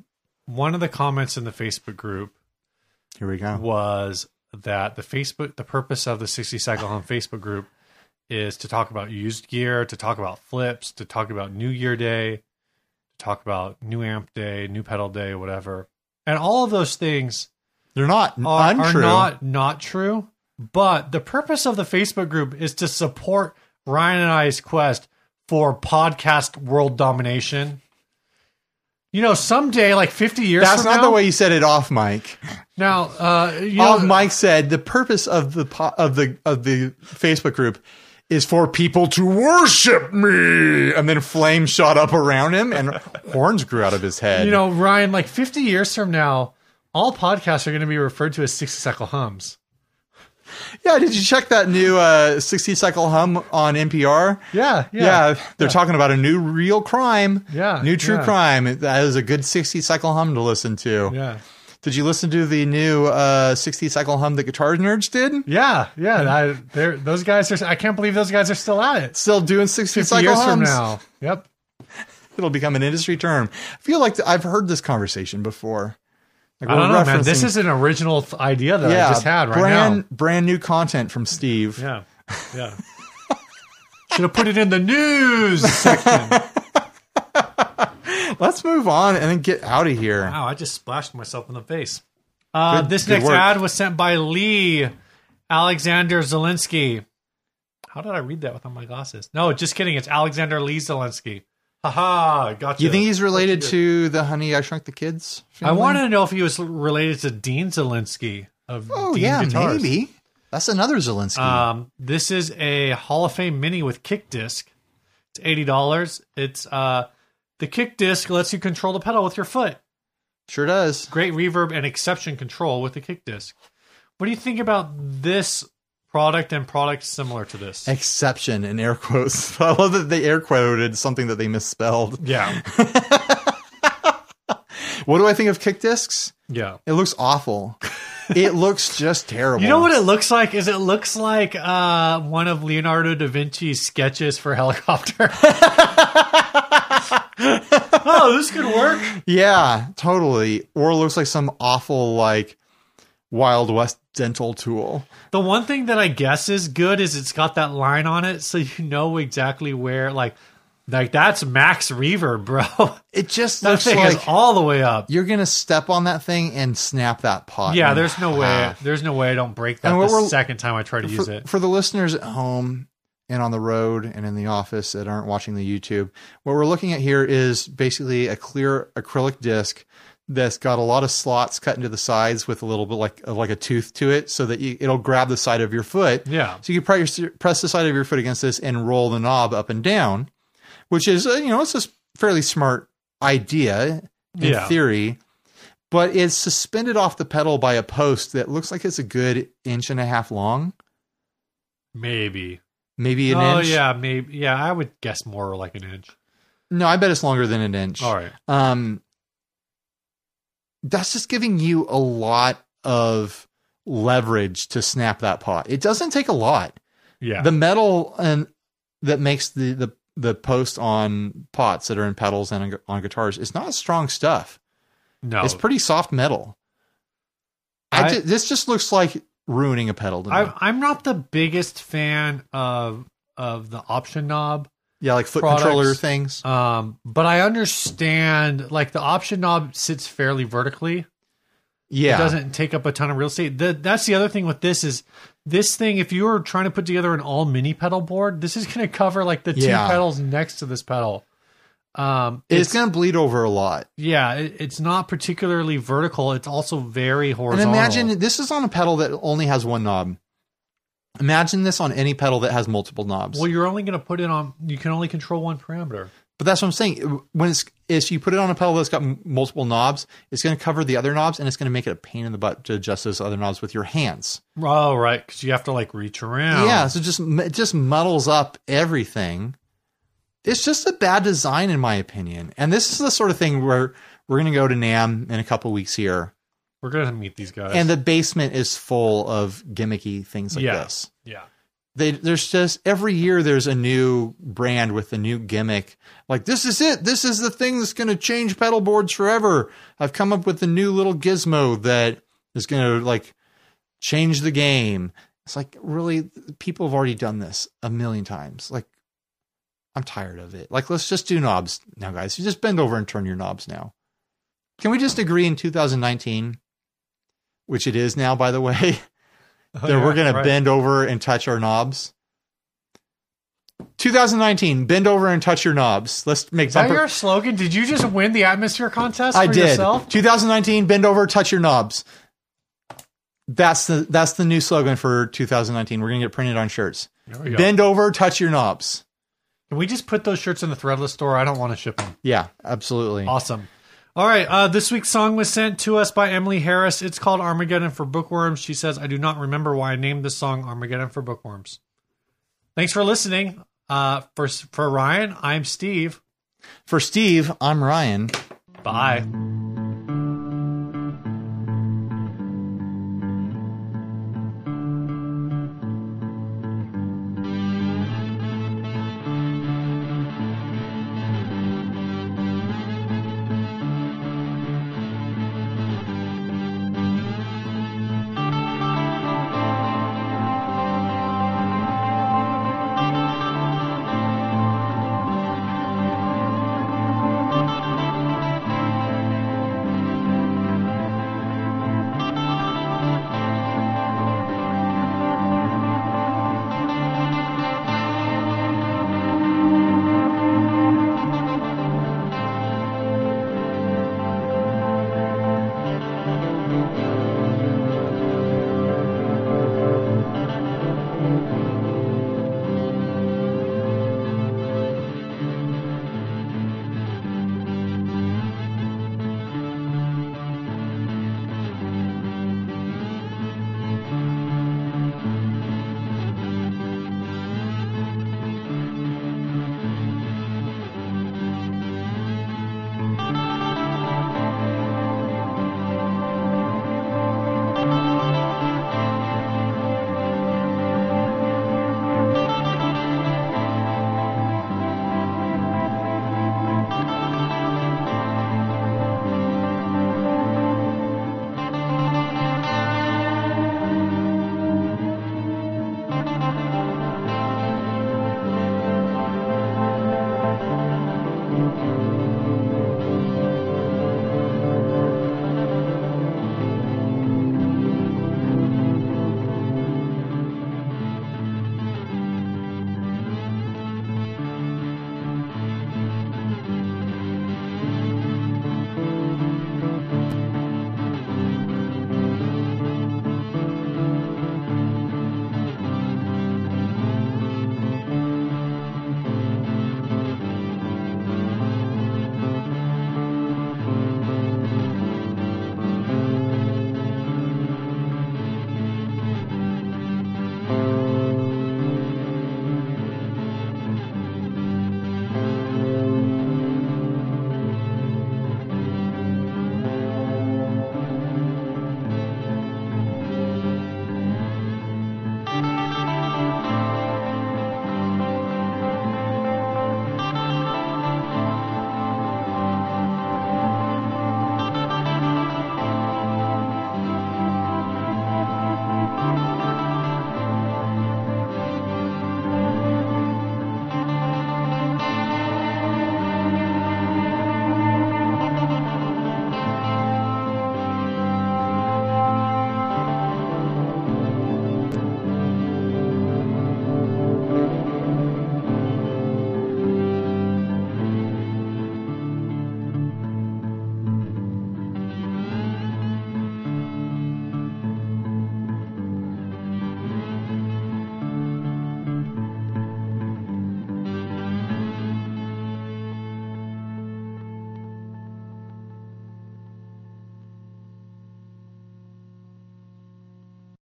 S2: one of the comments in the Facebook group
S1: here we go
S2: was that the Facebook the purpose of the 60 cycle home Facebook group is to talk about used gear, to talk about flips, to talk about New Year Day, to talk about new amp day, new pedal day, whatever. And all of those things
S1: they're not
S2: are, are
S1: untrue
S2: not not true. But the purpose of the Facebook group is to support Ryan and I's quest for podcast world domination. You know, someday, like fifty years
S1: that's
S2: from
S1: not the
S2: now.
S1: way you said it off mike
S2: now, uh, you
S1: All
S2: know,
S1: Mike said the purpose of the po- of the of the Facebook group is for people to worship me, and then flame shot up around him, and horns grew out of his head.
S2: you know, Ryan, like fifty years from now, all podcasts are going to be referred to as sixty cycle hums.
S1: yeah. Did you check that new uh, sixty cycle hum on NPR?
S2: Yeah, yeah,
S1: Yeah, they're talking about a new real crime.
S2: Yeah,
S1: new true
S2: yeah.
S1: crime. That is a good sixty cycle hum to listen to.
S2: yeah,
S1: Did you listen to the new uh, sixty cycle hum that Guitar Nerds did?
S2: yeah, yeah. I, they're, those guys are. I can't believe those guys are still at it.
S1: Still doing sixty
S2: Fifty
S1: cycle
S2: years
S1: hums
S2: from now. Yep.
S1: it'll become an industry term. I feel like th- I've heard this conversation before. Like
S2: I
S1: we're
S2: don't know, man. This
S1: referencing-
S2: is an original th- idea that I just had right
S1: brand brand new content from Steve.
S2: now. Yeah, yeah. Should have put it in the news section.
S1: Let's move on and then get out of here.
S2: Wow, I just splashed myself in the face. Uh,
S1: Good-
S2: this
S1: good
S2: next
S1: work.
S2: ad was sent by Lee Alexander Zelensky. How did I read that without my glasses? No, just kidding. It's Alexander Lee Zelensky. Haha, gotcha.
S1: You think he's related to the Honey I Shrunk the Kids?
S2: I
S1: family?
S2: want to know if he was related to Dean Zelensky of
S1: Oh
S2: Dean
S1: yeah,
S2: Guitars.
S1: maybe that's another Zelensky.
S2: Um, this is a Hall of Fame mini with kick disc. It's eighty dollars. It's uh, the kick disc lets you control the pedal with your foot.
S1: sure does.
S2: Great reverb and exception control with the kick disc. What do you think about this product and products similar to this?
S1: Exception in air quotes. I love that they air quoted something that they misspelled.
S2: Yeah,
S1: What do I think of kick discs?
S2: yeah.
S1: It looks awful. it looks just terrible.
S2: You know what it looks like? Is it looks like uh, one of Leonardo da Vinci's sketches for helicopter? oh, this could work.
S1: Yeah, totally. Or it looks like some awful like Wild West dental tool.
S2: The one thing that I guess is good is it's got that line on it, so you know exactly where. Like, like that's max reverb, bro.
S1: It just
S2: that
S1: looks
S2: thing
S1: like
S2: is all the way up.
S1: you're gonna step on that thing and snap that pot.
S2: Yeah,
S1: in
S2: there's no way.
S1: half.
S2: There's no way I don't break that
S1: uh, And what
S2: the
S1: we're-
S2: second time I try to use
S1: for,
S2: it.
S1: for the listeners at home and on the road and in the office that aren't watching the YouTube, what we're looking at here is basically a clear acrylic disc that's got a lot of slots cut into the sides with a little bit like like a tooth to it, so that you, it'll grab the side of your foot.
S2: Yeah,
S1: So you can press, your, press the side of your foot against this and roll the knob up and down, which is, uh, you know, it's a s- fairly smart idea in
S2: Yeah.
S1: theory, but it's suspended off the pedal by a post that looks like it's a good inch and a half long,
S2: maybe.
S1: maybe an
S2: oh
S1: inch.
S2: yeah, maybe. Yeah, I would guess more like an inch.
S1: No, I bet it's longer than an inch.
S2: All right.
S1: Um, that's just giving you a lot of leverage to snap that pot. It doesn't take a lot.
S2: Yeah.
S1: the metal and that makes the the the post on pots that are in pedals and on, gu- on guitars is not strong stuff.
S2: no.
S1: It's pretty soft metal. I,
S2: I-
S1: ju- this just looks like ruining a pedal to me.
S2: I, I'm not the biggest fan of of the option knob.
S1: yeah, like foot
S2: products-
S1: controller things.
S2: Um, but I understand like the option knob sits fairly vertically.
S1: Yeah,
S2: It doesn't take up a ton of real estate. The, that's the other thing with this is this thing, if you were trying to put together an all mini pedal board, this is going to cover like the
S1: Yeah.
S2: two pedals next to this pedal. Um,
S1: It's, going to bleed over a lot.
S2: yeah, it, it's not particularly vertical. It's also very
S1: And
S2: horizontal.
S1: imagine this is on a pedal that only has one knob. Imagine this on any pedal that has multiple knobs.
S2: well, you're only going to put it on. You can only control one parameter.
S1: But that's what I'm saying. When it's if you put it on a pedal that's got m- multiple knobs, it's going to cover the other knobs, and it's going to make it a pain in the butt to adjust those other knobs with your hands.
S2: Oh, right, because you have to like reach around.
S1: Yeah, so just m- it just muddles up everything. It's just a bad design, in my opinion. And this is the sort of thing where we're going to go to Nam in a couple weeks here,
S2: we're going to meet these guys.
S1: and the basement is full of gimmicky things like
S2: Yeah.
S1: this.
S2: yeah,
S1: They, there's just every year there's a new brand with a new gimmick. Like this is it. This is the thing that's going to change pedal boards forever. I've come up with a new little gizmo that is going to like change the game. It's like really people have already done this a million times. Like I'm tired of it. Like let's just do knobs now, guys. You just bend over and turn your knobs now. Can we just agree in 2019, which it is now, by the way?
S2: Oh,
S1: that we're going to bend over and touch our knobs. 2019, bend over and touch your knobs. Let's make
S2: Is that
S1: bumper.
S2: your slogan? Did you just win the atmosphere contest? For
S1: I did.
S2: Yourself?
S1: 2019, bend over, touch your knobs. That's the that's the new slogan for 2019. We're gonna get printed on shirts.
S2: There we go.
S1: Bend over, touch your knobs.
S2: Can we just put those shirts in the Threadless store? I don't want to ship them.
S1: Yeah, absolutely.
S2: Awesome. All right. Uh, this week's song was sent to us by Emily Harris. It's called Armageddon for Bookworms. She says, I do not remember why I named this song Armageddon for Bookworms. Thanks for listening. Uh, for, for Ryan, I'm Steve.
S1: For Steve, I'm Ryan.
S2: Bye.